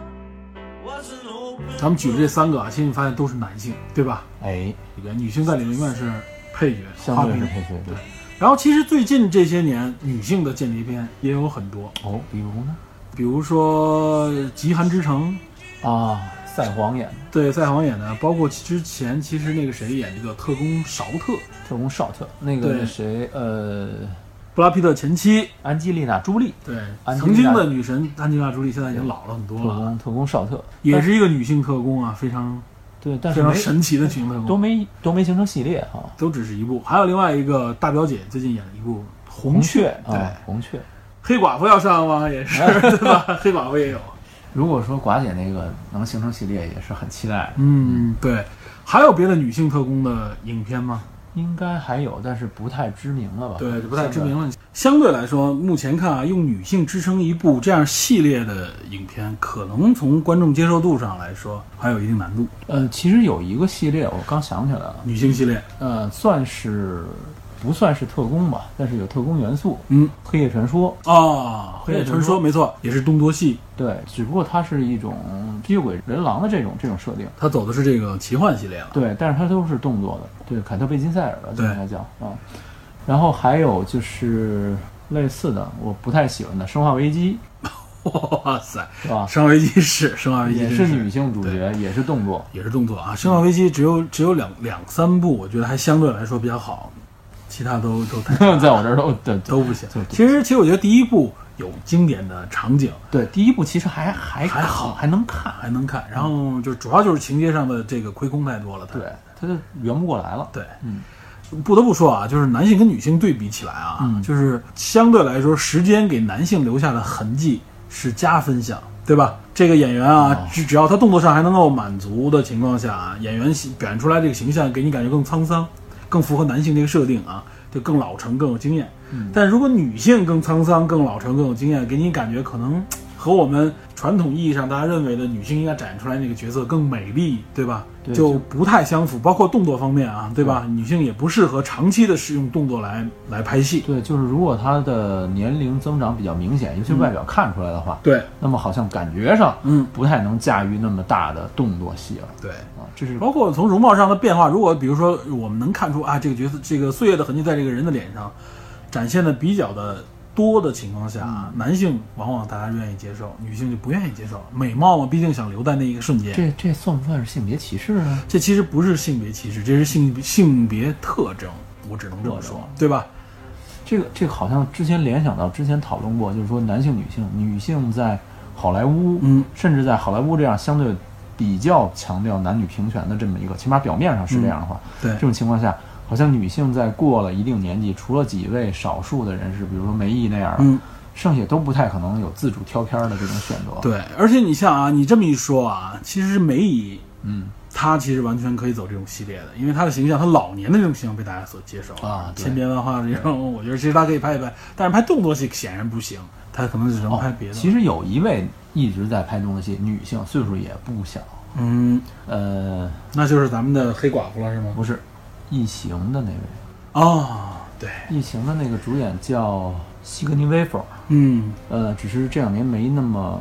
B: was an open
C: 咱们举的这三个啊，其实你发现都是男性，对吧？
D: 哎，
C: 里边女性在里面永远是配角、
D: 相
C: 花
D: 对
C: 瓶
D: 是。配角对。
C: 然后其实最近这些年，女性的间谍片也有很多，
D: 哦，比如呢？
C: 比如说《极寒之城》，
D: 啊，赛黄演的
C: 对，赛黄演的，包括之前其实那个谁演这个特工勺特，
D: 特工 shot 那个
C: 对
D: 那谁呃，
C: 布拉皮特前妻，
D: 安吉丽娜朱莉
C: 对，
D: 安吉丽
C: 曾
D: 娜
C: 经的女神安吉拉·朱莉现在已经老了很多
D: 特
C: 了，
D: 工特工 shot
C: 也是一个女性特工啊，非常
D: 对，但
C: 非
D: 是
C: 常
D: 没
C: 神奇的女性特
D: 都
C: 工，
D: 没都没形成系列啊。
C: 都只是一部。还有另外一个大表姐最近演了一部《红
D: 红
C: 雀》，对，
D: 啊，红雀。
C: 黑寡妇要上吗？也
D: [laughs]
C: 是对吧？黑寡妇也有，
D: 如果说寡姐那个能形成系列，也是很期待的。
C: 嗯，对。还有别的女性特工的影片吗？
D: 应该还有，但是不太知名了吧？
C: 对，就不太知名了。相对来说，目前看啊，用女性支撑一部这样系列的影片，可能从观众接受度上来说，还有一定难度。
D: 呃，其实有一个系列，我刚想起来了，
C: 女性系列，
D: 呃，算是不算是特工吧，但是有特工元素，
C: 嗯，
D: 《黑夜传说》。
C: 哦，黑夜传
D: 黑夜传
C: 说
D: 说
C: 没错，也是东多系，
D: 对，只不过它是一种越轨人狼的这种这种设定。
C: 它走的是这个奇幻系列了。
D: 对，但是它都是动作的。对，凯特·贝金赛尔吧，
C: 对
D: 应该叫啊。然后还有就是类似的，我不太喜欢的《生化危机
C: 哇塞，》，
D: 是
C: 《
D: 吧？
C: 生化危机》是《生化危机》，
D: 也是女，性主角，也是动作。
C: 也是动作啊。《生化危机》只有只有两两三部，我觉得还相对来说比较好，其他都都
D: [laughs]
C: 太
D: 在我这儿都对
C: 都不行
D: 对。对
C: 其实，其实我觉得第一部有经典的场景，
D: 对，第一部其实还还
C: 还好
D: 还能看。
C: 还能看，然后就主要就是情节上的这个亏空太多了。它
D: 对，它就圆不过来了。
C: 对，
D: 嗯，
C: 不得不说啊，就是男性跟女性对比起来啊，
D: 嗯
C: 就是相对来说，时间给男性留下的痕迹是加分项，对吧？这个演员啊，
D: 哦
C: 只只要他动作上还能够满足的情况下啊，演员形表现出来这个形象给你感觉更沧桑，更符合男性这个设定啊，就更老成更有经验。
D: 嗯
C: 但如果女性更沧桑、更老成、更有经验，给你感觉可能和我们传统意义上大家认为的女性应该展现出来那个角色更美丽，对吧？
D: 对
C: 就
D: 就
C: 不太相符，包括动作方面啊，对吧？女性也不适合长期的使用动作来来拍戏。
D: 对，就是如果他的年龄增长比较明显，尤其是外表看出来的话，
C: 嗯对，
D: 那么好像感觉上
C: 嗯，
D: 不太能驾驭那么大的动作戏了
C: 对。
D: 啊。这是
C: 包括从容貌上的变化，如果比如说我们能看出啊，这个角色这个岁月的痕迹在这个人的脸上展现的比较的多的情况下，啊，男性往往大家愿意接受，女性就不愿意接受。美貌嘛，毕竟想留在那一个瞬间。
D: 这这算不算是性别歧视啊呢？
C: 这其实不是性别歧视，这是性别性别特征，我只能这么说，对吧？
D: 这个这个好像之前联想到之前讨论过，就是说男性、女性，女性在好莱坞，
C: 嗯
D: 甚至在好莱坞这样相对比较强调男女平权的这么一个，起码表面上是这样的话，
C: 嗯对
D: 这种情况下，好像女性在过了一定年纪，除了几位少数的人士，比如说梅姨那样，
C: 嗯，
D: 剩下都不太可能有自主挑片儿的这种选择。，
C: 对。而且你像啊，你这么一说啊，其实梅姨
D: 嗯，
C: 她其实完全可以走这种系列的，因为她的形象，她老年的这种形象被大家所接受
D: 啊对
C: 千变万化的这种，我觉得其实她可以拍一拍，但是拍动作戏显然不行，她可能只能拍别的。
D: 哦其实有一位一直在拍动作戏，女性岁数也不小，
C: 嗯，
D: 呃，
C: 那就是咱们的黑寡妇了，是吗？
D: 不是，异形的那位，
C: 哦，对，
D: 异形的那个主演叫西格尼·威弗尔，
C: 嗯，
D: 呃，只是这两年没那么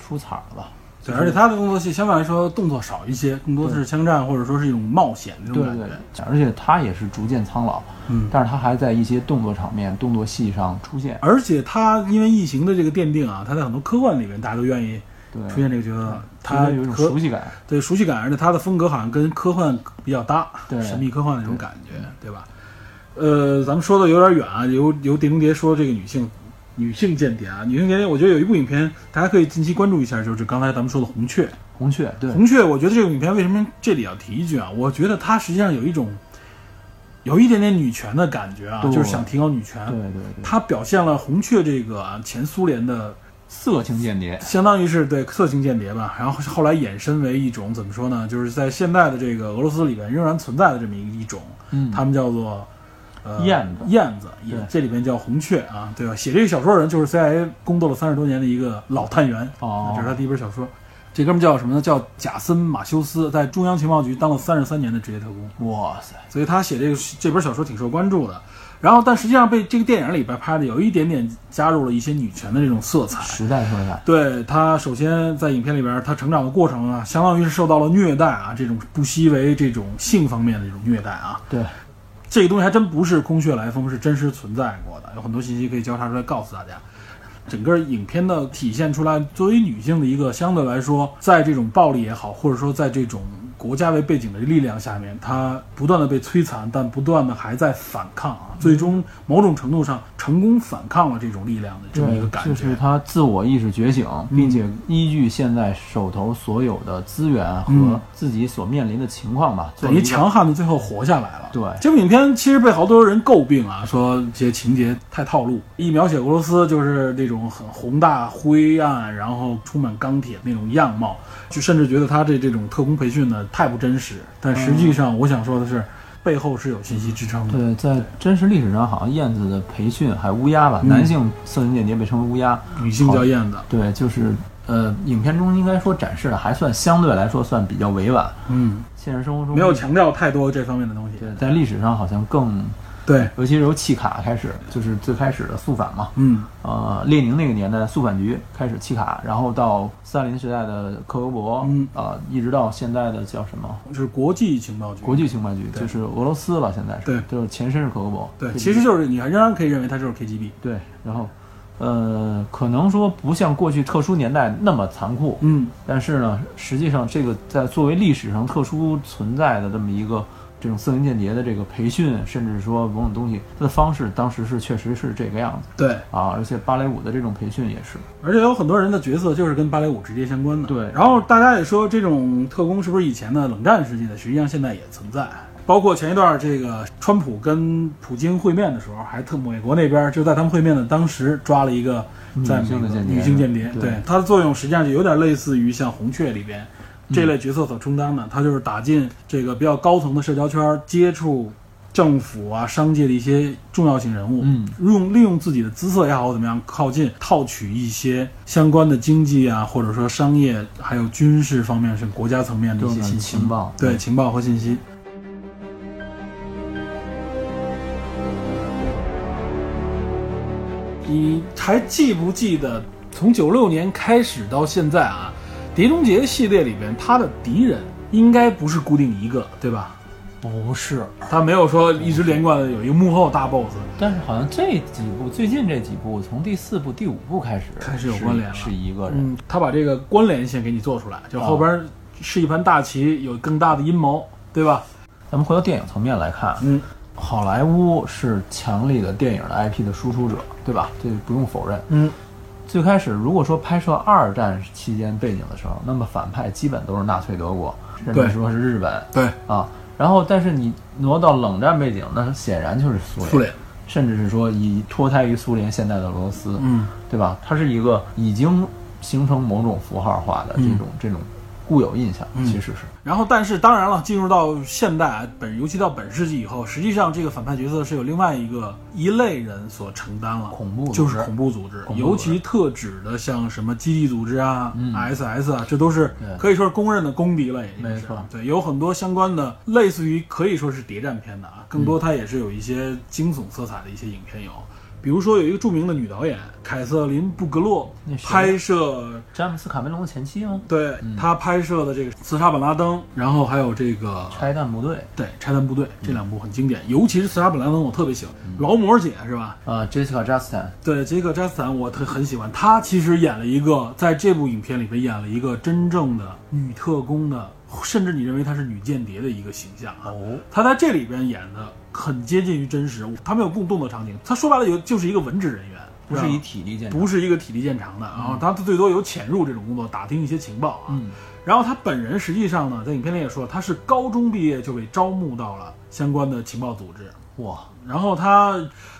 D: 出彩儿了。
C: 对，而且她的动作戏相对来说动作少一些，更多的是枪战或者说是一种冒险的那种
D: 对
C: 感觉。
D: 对，而且她也是逐渐苍老，
C: 嗯，
D: 但是她还在一些动作场面、动作戏上出现。
C: 而且他因为异形的这个奠定啊，他在很多科幻里面大家都愿意
D: 对，
C: 出现这个角色，
D: 她
C: 他
D: 有一种
C: 和
D: 熟悉感。
C: 对熟悉感，而且他的风格好像跟科幻比较搭，
D: 对
C: 神秘科幻那种感觉，对吧？呃，咱们说的有点远啊，由由碟中谍说这个女性女性间谍啊，女性间谍，我觉得有一部影片大家可以近期关注一下，就是刚才咱们说的《红雀》。
D: 红雀，对，
C: 红雀，我觉得这个影片为什么这里要提一句啊？我觉得它实际上有一种有一点点女权的感觉啊，
D: 对
C: 就是想提高女权。
D: 对对对，
C: 它表现了红雀这个前苏联的
D: 色情间谍，
C: 相当于是对色情间谍吧，然后后来衍生为一种怎么说呢？就是在现代的这个俄罗斯里边仍然存在的这么一一种，
D: 嗯
C: 他们叫做呃
D: 燕子
C: 燕子也
D: 对
C: 这里面叫红雀啊，对吧？写这个小说的人就是 CIA 工作了三十多年的一个老探员，
D: 哦
C: 这是他第一本小说。这哥们儿叫什么呢？叫贾森·马修斯，在中央情报局当了三十三年的职业特工。
D: 哇塞，
C: 所以他写这个这本小说挺受关注的。然后，但实际上被这个电影里边拍的有一点点加入了一些女权的这种色彩。
D: 时代色彩，
C: 对他，首先在影片里边，他成长的过程啊，相当于是受到了虐待啊，这种不惜为这种性方面的这种虐待啊。
D: 对，
C: 这个东西还真不是空穴来风，是真实存在过的，有很多信息可以交叉出来告诉大家。整个影片的体现出来，作为女性的一个相对来说，在这种暴力也好，或者说在这种国家为背景的力量下面，她不断的被摧残，但不断的还在反抗啊，最终某种程度上成功反抗了这种力量的这么一个感觉。嗯
D: 就是他自我意识觉醒，并且依据现在手头所有的资源和
C: 嗯
D: 自己所面临的情况吧，做
C: 等于
D: 一个
C: 强悍的最后活下来了。
D: 对
C: 这部影片其实被好多人诟病啊，说这些情节太套路，一描写俄罗斯就是那种很宏大、灰暗，然后充满钢铁那种样貌，就甚至觉得他这这种特工培训呢太不真实。但实
D: 嗯
C: 际上，我想说的是，背后是有信息支撑的。
D: 对，在真实历史上，好像燕子的培训还乌鸦吧，
C: 嗯
D: 男性色情间谍被称为乌鸦，
C: 女性叫燕子，
D: 对，就是呃，影片中应该说展示的还算相对来说算比较委婉，
C: 嗯，
D: 现实生活中
C: 没有强调太多这方面的东西。
D: 对，在历史上好像更，
C: 对，
D: 尤其是由契卡开始，就是最开始的肃反嘛，
C: 嗯，
D: 呃，列宁那个年代的肃反局开始契卡，然后到斯大林时代的克格勃，
C: 嗯
D: 呃，一直到现在的叫什么？
C: 就是国际情报局。
D: 国际情报局
C: 对
D: 就是俄罗斯了，现在是，
C: 对
D: 就是前身是克格勃，
C: 对，
D: 这
C: 其实就是你还仍然可以认为它就是 KGB。
D: 对，然后，呃，可能说不像过去特殊年代那么残酷，
C: 嗯，
D: 但是呢，实际上这个在作为历史上特殊存在的这么一个这种色情间谍的这个培训，甚至说某种东西，它的方式当时是确实是这个样子
C: 对。
D: 啊，而且芭蕾舞的这种培训也是，
C: 而且有很多人的角色就是跟芭蕾舞直接相关的。
D: 对
C: 然后大家也说这种特工是不是以前的冷战时期的，实际上现在也存在。包括前一段这个川普跟普京会面的时候，还特美国那边就在他们会面的当时抓了一个在
D: 女性
C: 美
D: 的
C: 国
D: 间谍
C: 女性间谍，
D: 对
C: 对它的作用实际上就有点类似于像红雀里边这类角色所充当的，它就是打进这个比较高层的社交圈，接触政府啊、商界的一些重要性人物，
D: 嗯，
C: 用利用自己的姿色也好，怎么样靠近套取一些相关的经济啊，或者说商业还有军事方面是国家层面的一些
D: 这种
C: 信息
D: 情报
C: 对情报和信息。你还记不记得从九六年开始到现在啊，狄龙杰系列里边他的敌人应该不是固定一个，对吧？
D: 不是，
C: 他没有说一直连贯的有一个幕后大 boss，
D: 但是好像这几部最近这几部，从第四部、第五部开始
C: 开始有关联了
D: 是一个人，
C: 嗯，他把这个关联性给你做出来，就
D: 啊
C: 后边是一盘大棋，有更大的阴谋，对吧？
D: 咱们回到电影层面来看，
C: 嗯，
D: 好莱坞是强力的电影的 IP 的输出者，对吧？这不用否认。
C: 嗯，
D: 最开始如果说拍摄二战期间背景的时候，那么反派基本都是纳粹德国，甚至
C: 对
D: 说是日本
C: 对，
D: 啊。然后，但是你挪到冷战背景，那显然就是苏联，
C: 苏联，
D: 甚至是说以脱胎于苏联现代的俄罗斯，
C: 嗯，
D: 对吧？它是一个已经形成某种符号化
C: 嗯
D: 的这种、这种固有印象，其实是。
C: 然后，但是当然了，进入到现代本，尤其到本世纪以后，实际上这个反派角色是有另外一个一类人所承担了，
D: 恐怖组织
C: 就是恐怖组织，
D: 恐怖组织
C: 尤其特指的像什么基地组织啊、
D: 嗯
C: SS 啊，这都是
D: 对
C: 可以说是公认的公敌了，已经是
D: 没错
C: 对，有很多相关的，类似于可以说是谍战片的
D: 嗯
C: 啊，更多它也是有一些惊悚色彩的一些影片有。比如说，有一个著名的女导演凯瑟琳·布格洛
D: 那谁
C: 拍摄
D: 詹姆斯卡梅隆的前妻吗？
C: 对、他拍摄的这个《刺杀本拉登》，然后还有这个
D: 拆弹部队嗯
C: 对《拆弹部队》这两部很经典，尤其是《刺杀本拉登》，我特别喜欢。劳模姐是吧？
D: 啊、j e s s i c a Justin，
C: 对，杰克·詹斯坦我特很喜欢。她其实演了一个，在这部影片里边演了一个真正的女特工的，甚至你认为她是女间谍的一个形象啊。
D: 哦
C: 她在这里边演的很接近于真实，她没有共动作场景，她说白了有就是一个文职人员，
D: 不是以体力见长，
C: 不是一个体力见长的，然后他最多有潜入这种工作，打听一些情报啊。
D: 嗯
C: 然后他本人实际上呢，在影片里也说，他是高中毕业就被招募到了相关的情报组织，
D: 哇，
C: 然后他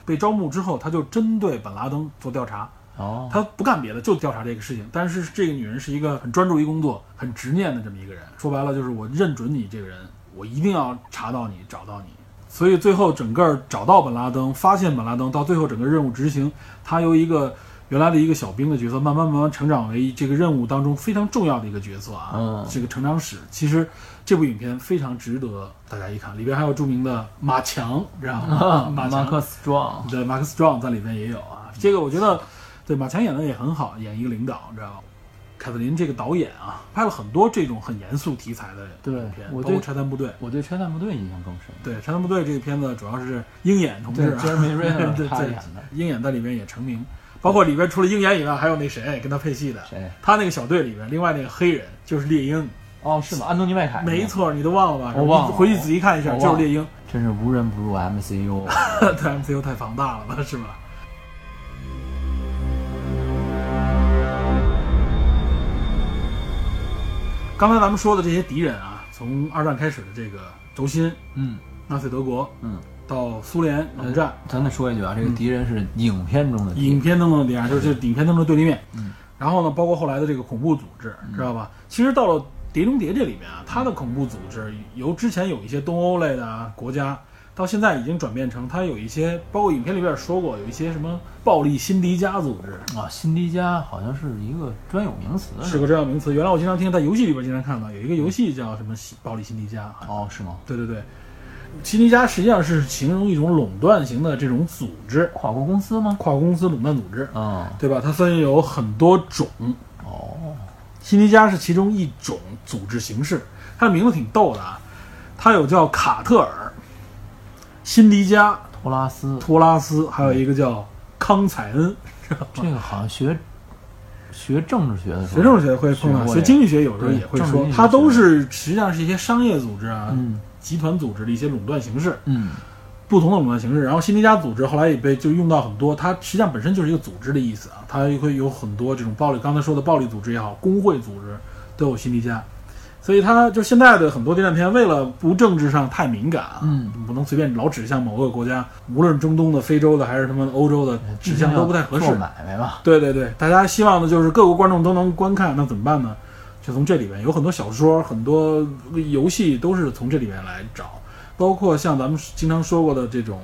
C: 被招募之后，他就针对本拉登做调查，
E: 哦，
C: 他不干别的，就调查这个事情。但是这个女人是一个很专注于工作、很执念的这么一个人。说白了，就是我认准你这个人，我一定要查到你、找到你。所以最后整个找到本拉登、发现本拉登，到最后整个任务执行，他由一个原来的一个小兵的角色，慢慢慢慢成长为这个任务当中非常重要的一个角色啊。
E: 嗯
C: 这个成长史，其实这部影片非常值得大家一看。里边还有著名的马强，知道
E: [laughs]
D: [laughs]
C: 吗？马
E: 马
C: 强
E: 克思壮，
C: 对，马克思·壮在里面也有啊。这个我觉得，对马强演的也很好，演一个领导，你知道吗？凯瑟琳这个导演啊，拍了很多这种很严肃题材的
E: 对
C: 影片，
E: 我
C: 包
E: 对
C: 括《拆弹部队》。
E: 我对拆弹部队印象更深。
C: 对，《拆弹部队》这个片子主要是鹰眼同志
E: 对
C: 啊， [laughs]
E: ，Jeremy Renner
C: 对
E: 他
C: 对
E: 演的
C: 鹰眼在里面也成名，包括里边除了鹰眼以外，还有那谁跟他配戏的，
E: 谁？
C: 他那个小队里边另外那个黑人就是猎鹰，
E: 哦，是吗？安东尼麦凯。
C: 没，错，你都忘了吧？
E: 我忘了
C: 回去仔细看一下，
E: 我
C: 就
E: 忘
C: 是
E: 了
C: 猎鹰。
E: 真是无人不入
C: [laughs]
E: MCU。
C: 对 MCU 太庞大了吧，是吧？刚才咱们说的这些敌人啊，从二战开始的这个轴心、
E: 嗯，
C: 纳粹德国，
E: 嗯，
C: 到苏联冷战，
E: 咱再说一句啊，这个敌人是影片中的敌人
C: 嗯影片当中的敌人，就是影片当中的对立面。
E: 嗯，
C: 然后呢，包括后来的这个恐怖组织，知道吧？其实到了《碟中谍》这里面啊，它的恐怖组织由之前有一些东欧类的啊国家，到现在已经转变成它有一些，包括影片里边也说过，有一些什么暴力辛迪加组织，
E: 啊。辛迪加好像是一个专有名词。
C: 是个这样的名词。原来我经常听在游戏里边经常看到，有一个游戏叫什么辛暴力辛迪加，好像
E: 哦，是吗？
C: 啊对对对。辛迪加实际上是形容一种垄断型的这种组织，
E: 跨国公司吗？
C: 跨国公司垄断组织，
E: 嗯，
C: 对吧？它分有很多种，
E: 哦，
C: 辛迪加是其中一种组织形式，它的名字挺逗的啊，它有叫卡特尔、辛迪加、
E: 托拉斯，
C: 托拉斯，还有一个叫康采恩。
E: 这个好像学学政治学的时候，
C: 学政治学会碰到，
E: 学过这
C: 哦学
E: 个
C: 经济学有时候也
E: 对
C: 会
E: 政治
C: 说
E: 经，济
C: 它都
E: 学
C: 是实际上是一些商业组织啊、
E: 嗯
C: 集团组织的一些垄断形式，
E: 嗯，
C: 不同的垄断形式。然后辛迪加组织后来也被就用到很多，它实际上本身就是一个组织的意思啊，它也会有很多这种暴力，刚才说的暴力组织也好，工会组织都有辛迪加。所以它就现在的很多谍战片，为了不政治上太敏感啊，
E: 嗯
C: 不能随便老指向某个国家，无论中东的、非洲的还是他们欧洲的，
D: 哎
C: 指向都不太合适
E: 做。买卖吧，
C: 对对对，大家希望的就是各国观众都能观看，那怎么办呢？就从这里边有很多小说、很多游戏都是从这里面来找，包括像咱们经常说过的这种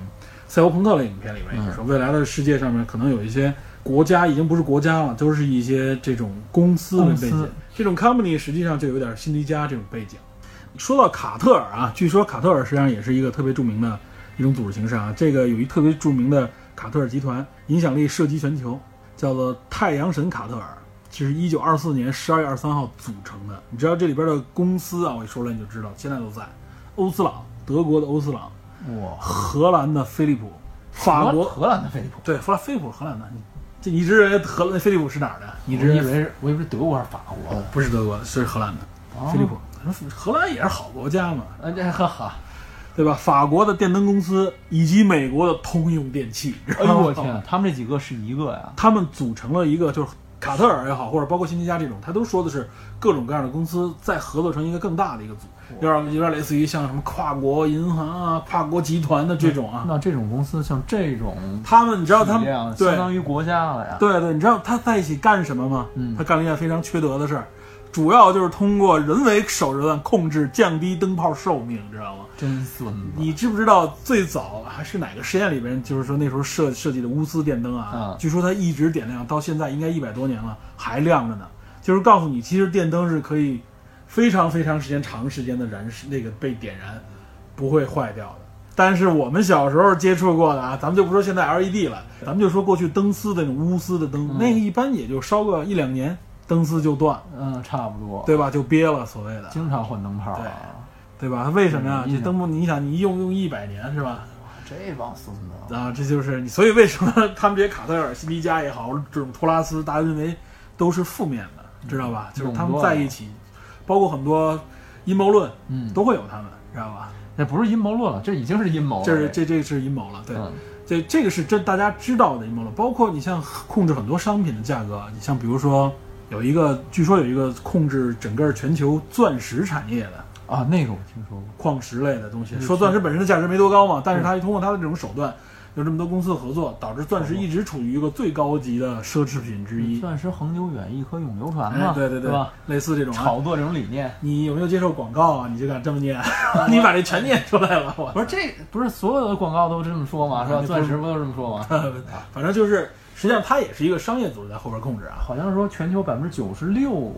C: 赛博朋克类影片里面
E: 嗯
C: 也是，未来的世界上面可能有一些国家已经不是国家了，都是一些这种公司为背
E: 公
C: 景
E: 司，
C: 这种 company 实际上就有点辛迪加这种背景。说到卡特尔啊，据说卡特尔实际上也是一个特别著名的一种组织形式啊。这个有一特别著名的卡特尔集团，影响力涉及全球，叫做太阳神卡特尔，这是一九二四年十二月二十三号组成的。你知道这里边的公司啊，我一说了你就知道，现在都在欧司朗，德国的欧司朗，
E: 哇，
C: 荷兰的飞利浦，法国
E: 荷兰的飞利浦，
C: 对，弗拉菲利普是荷兰的，你这你知道荷兰飞利浦是哪儿的？你
E: 我
C: 知
E: 以为是我以为是德国还是法国的，
C: 不是德国，是荷兰的、
E: 哦
C: 飞利浦。荷兰也是好国家嘛，
E: 啊，这哈哈，
C: 对吧？法国的电灯公司以及美国的通用电器，
E: [laughs] 哎呦
C: 哦
E: 我天，他们这几个是一个呀，
C: [laughs] 他们组成了一个就是卡特尔也好，或者包括辛迪加这种，他都说的是各种各样的公司再合作成一个更大的一个组，有点有点类似于像什么跨国银行啊、跨国集团的这种啊。
E: [laughs] 那这种公司像这种
C: 他们你知道他
E: 体
C: 们
E: 量，
C: 对
E: 相当于国家了呀，
C: 对对，你知道他在一起干什么吗？
E: 嗯
C: 他干了一件非常缺德的事儿，主要就是通过人为手段控制、降低灯泡寿命，知道吗？
E: 真孙子，
C: 你知不知道最早还是哪个实验里边，就是说那时候设设计的钨丝电灯啊？
E: 嗯
C: 据说它一直点亮，到现在应该一百多年了，还亮着呢。就是告诉你，其实电灯是可以非常非常时间长时间的燃那个被点燃，不会坏掉的。但是我们小时候接触过的啊，咱们就不说现在 LED 了，咱们就说过去灯丝的那种钨丝的灯，那个一般也就烧个一两年，灯丝就断，
E: 嗯，差不多，
C: 对吧？就憋了，所谓的。
E: 经常换灯泡
C: 对
E: 啊，
C: 对吧？为什么呀？
E: 嗯
C: 这灯不，你想，你一用用一百年是吧？
E: 这帮孙子，
C: 啊，这就是你，所以为什么 [laughs] 他们这些卡特尔、辛迪加也好，这种托拉斯，大家认为都是负面的，知道吧？就是他们在一起，包括很多阴谋论
E: 嗯，
C: 都会有他们，知道吧？
E: 那不是阴谋论了，这已经是阴谋了，
C: 这是这这是阴谋了，对，
E: 嗯
C: 这这个是真大家知道的阴谋论。包括你像控制很多商品的价格，你像比如说有一个，据说有一个控制整个全球钻石产业的，
E: 啊，那个我听说过。
C: 矿石类的东西。
E: 嗯
D: 嗯
C: 说钻石本身的价值没多高嘛，但是它通过它的这种手段，有这么多公司合作，导致钻石一直处于一个最高级的奢侈品之一。
D: 钻石恒久远，一颗永流传
C: 哎
D: 嘛，，
C: 对
D: 对
C: 对
D: 嗯啊吧？，
C: 类似这种啊
D: 炒作这种理念，
C: 你有没有接受广告啊？你就敢这么念？ [laughs] 你把这全念出来了，我
D: 不是这不是所有的广告都这么说嘛，是
C: 啊
D: 吧？钻石不都这么说嘛？
C: 呃反正就是，实际上它也是一个商业组织在后边控制啊。
D: 好像是说全球百分之九十六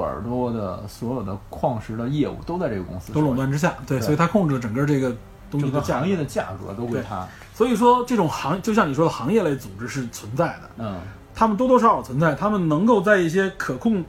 D: 耳朵的所有的矿石的业务都在这个公司手
C: 都
D: 里，
C: 垄断之下，对，
D: 对
C: 所以它控制整个这个东西
D: 整
C: 的
D: 个
C: 价
D: 行
C: 格
D: 业的价格都归
C: 对
D: 它。
C: 所以说，这种行就像你说的，行业类组织是存在的，
D: 嗯，
C: 他们多多少少存在，他们能够在一些可控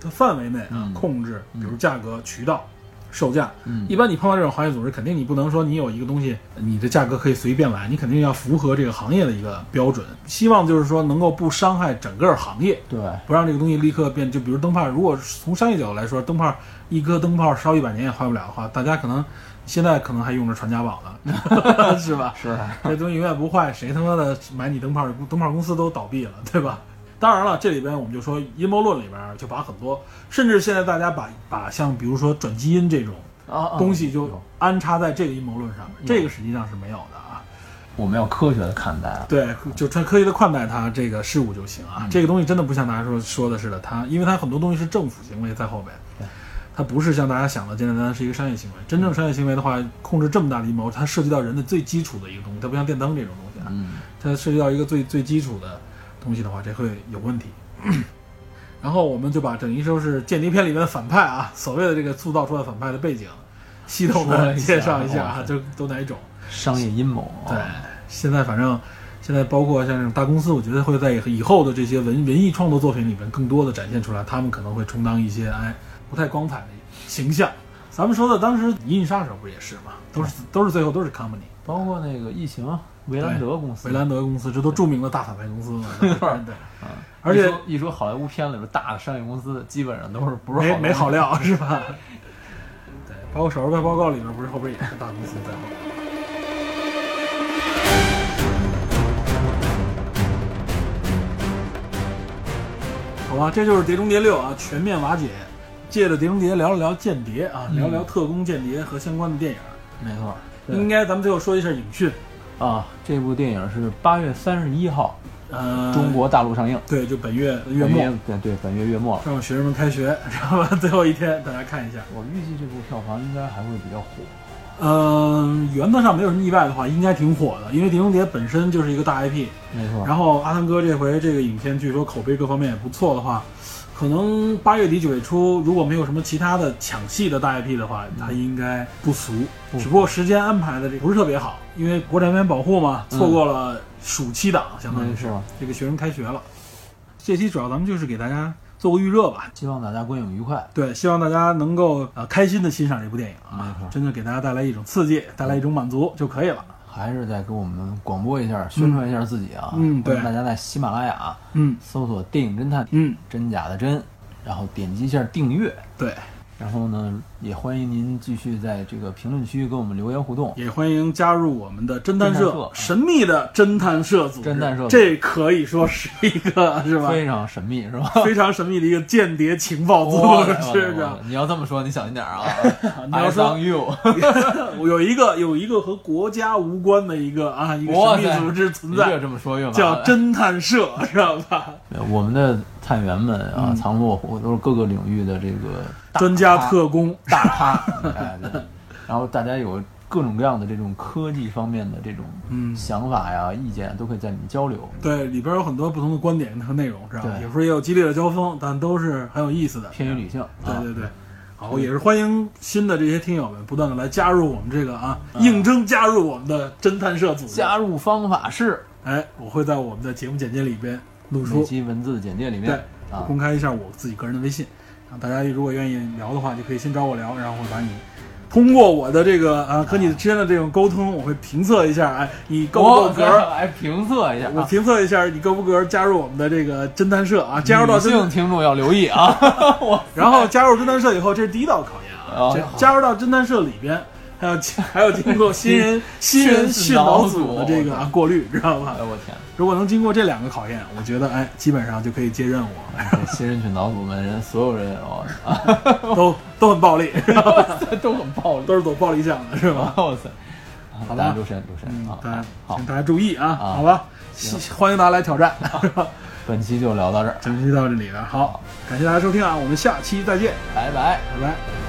C: 的范围内啊、
D: 嗯
C: 控制，
D: 嗯
C: 比如价格、渠道、售价。
D: 嗯
C: 一般你碰到这种行业组织，肯定你不能说你有一个东西，你的价格可以随便来，你肯定要符合这个行业的一个标准。希望就是说能够不伤害整个行业，
D: 对，
C: 不让这个东西立刻变，就比如灯泡，如果是从商业角度来说，灯泡一颗灯泡烧一百年也坏不了的话，大家可能现在可能还用着传家宝呢， [laughs] 是吧？ [laughs]
D: 是啊
C: 这东西永远不坏，谁他妈的买你灯泡？灯泡公司都倒闭了，对吧？当然了，这里边我们就说阴谋论里边就把很多，甚至现在大家把把像比如说转基因这种
D: 啊，
C: 东西就
D: 有
C: 安插在这个阴谋论上面，这个实际上是没有的啊。
D: 我们要科学的看待啊。
C: 对，就穿科学的看待它这个事物就行啊。
D: 嗯
C: 这个东西真的不像大家说说的似的，它因为它很多东西是政府行为在后边，它不是像大家想的简简单单是一个商业行为。真正商业行为的话，控制这么大的阴谋，它涉及到人的最基础的一个东西，它不像电灯这种东西啊，
D: 嗯，
C: 它涉及到一个最最基础的东西的话，这会有问题。 [clears throat] 然后我们就把等于说是间谍片里面的反派啊， [laughs] 所谓的这个塑造出来的反派的背景，系统
D: 说了
C: 的
D: 一下哦
C: 介绍一下啊
D: 哇，
C: 就都哪一种。
D: 商业阴谋。啊
C: 对，现在反正现在包括像这种大公司，我觉得会在以后的这些文文艺创作作品里面更多的展现出来，他们可能会充当一些哎不太光彩的形象。咱们说的当时《银翼杀手》不是也是吗？都是都是最后都是 comedy。
D: 包括那个异形，维兰德公司，
C: 维兰德公司，这都著名的大反派公司
D: [laughs]
C: 嘛，对对。而
D: 一
C: 且
D: 说一说好莱坞片里边大的商业公司，基本上都是不是
C: 没
D: 好
C: 没
D: 莱坞
C: 好料是吧？
D: [laughs]
C: 对，包括《少数派报告》里面不是后边也是大公司在后边。好吧，这就是《碟中谍六》啊，全面瓦解。借着《碟中谍》聊了聊间谍啊，
D: 嗯
C: 聊聊特工、间谍和相关的电影。
D: 没错对
C: 应该咱们最后说一下影讯，
D: 啊。这部电影是八月三十一号
C: 呃，
D: 中国大陆上映，
C: 对，就本月月末，
D: 对对，本月月末了。
C: 让学生们开学， [laughs] 然后最后一天大家看一下。
D: 我预计这部票房应该还会比较火。
C: 嗯，原则上没有什么意外的话，应该挺火的，因为《碟中谍》本身就是一个大 IP，
D: 没错，
C: 然后阿汤哥这回这个影片据说口碑各方面也不错的话，可能八月底九月初如果没有什么其他的抢戏的大 IP 的话，它应该不俗，
D: 不
C: 只不过时间安排的这不是特别好，因为国产片保护嘛，错过了暑期档，相当于
D: 嗯
C: 是
D: 是吧？
C: 这个学生开学了。这期主要咱们就是给大家做个预热吧，
D: 希望大家观影愉快。
C: 对，希望大家能够呃开心的欣赏这部电影
D: 没
C: 啊
D: 错，
C: 真的给大家带来一种刺激，带来一种满足就可以了。
D: 还是再给我们广播一下，宣传一下自己啊！
C: 嗯对
D: 欢迎大家在喜马拉雅啊
C: 嗯
D: 搜索“电影侦探”，
C: 嗯，
D: 真假的真，然后点击一下订阅，
C: 对，
D: 然后呢，也欢迎您继续在这个评论区跟我们留言互动。
C: 也欢迎加入我们的侦探
D: 侦探社嗯
C: 社，神秘的侦探社组织，
D: 侦探社
C: 这可以说是一个是吧？
D: 非常神哦秘是
C: [laughs]
D: 吧？
C: 非常神秘的一个间谍情报组织，是吧？
D: 你要这么说，你小心点儿啊！
C: [laughs] 你要说
D: I found you，哦
C: [laughs] 有一个有一个和国家无关的一个啊一个
D: 哇
C: 神秘
D: 塞
C: 组织存
D: 越
C: 在，
D: 这么说越麻烦
C: 叫侦探社，知道吧？
D: 呃我们的探员们啊，
C: 嗯
D: 藏龙卧虎都是各个领域的这个大
C: 专家
D: 咖
C: 特工，
D: 大咖，哎，对然后大家有各种各样的这种科技方面的这种
C: 嗯
D: 想法呀、意见，都可以在里面交流。
C: 对，里边有很多不同的观点和内容，是吧？
D: 对
C: 有时候也有激烈的交锋，但都是很有意思的。
D: 偏于理性，
C: 对
D: 啊
C: 对对，好，也是欢迎新的这些听友们不断的来加入我们这个啊，应征加入我们的侦探社组织。
D: 加入方法是
C: 哎，我会在我们的节目简介里边露
D: 每
C: 出，
D: 期文字简介里面
C: 对，
D: 啊，
C: 公开一下我自己个人的微信。啊，大家如果愿意聊的话，就可以先找我聊，然后我把你。通过我的这个啊和你之间的这种沟通，我会评测一下，哎，你够不够格儿？
D: 来哎评测一下
C: 我
D: 啊。
C: 评测一下你够不够格儿加入我们的这个侦探社啊？加入到
D: 女
C: 侦
D: 性听众要留
C: [laughs]
D: 意啊，我
C: 然后加入侦探社以后，这是第一道考验啊！
D: 哦
C: 这加入到侦探社里边，还要经还要经过新
D: [laughs]
C: 人新人训导组的这个啊过滤，知道吧
D: 哎？ [laughs] 我天，
C: 如果能经过这两个考验，我觉得哎，基本上就可以接任务，
D: 这新人群岛组们人所有人哦
C: [laughs]
D: [laughs] 啊，
C: 都都很暴力， [laughs]
D: 都很暴力，
C: 都是走暴力向的，是吧？
D: [laughs] 哇塞，
C: 好
D: 大家
C: 吧
D: 留神留神
C: 嗯
D: 啊，。
C: 大家
D: 好
C: 请大家注意啊，
D: 啊
C: 好吧，欢迎大家来挑
D: [laughs]
C: 战。 [laughs]
D: 本期就聊到这儿，
C: 咱们就到这里了，好，感谢大家收听啊，我们下期再见，
D: 拜拜。
C: 拜拜。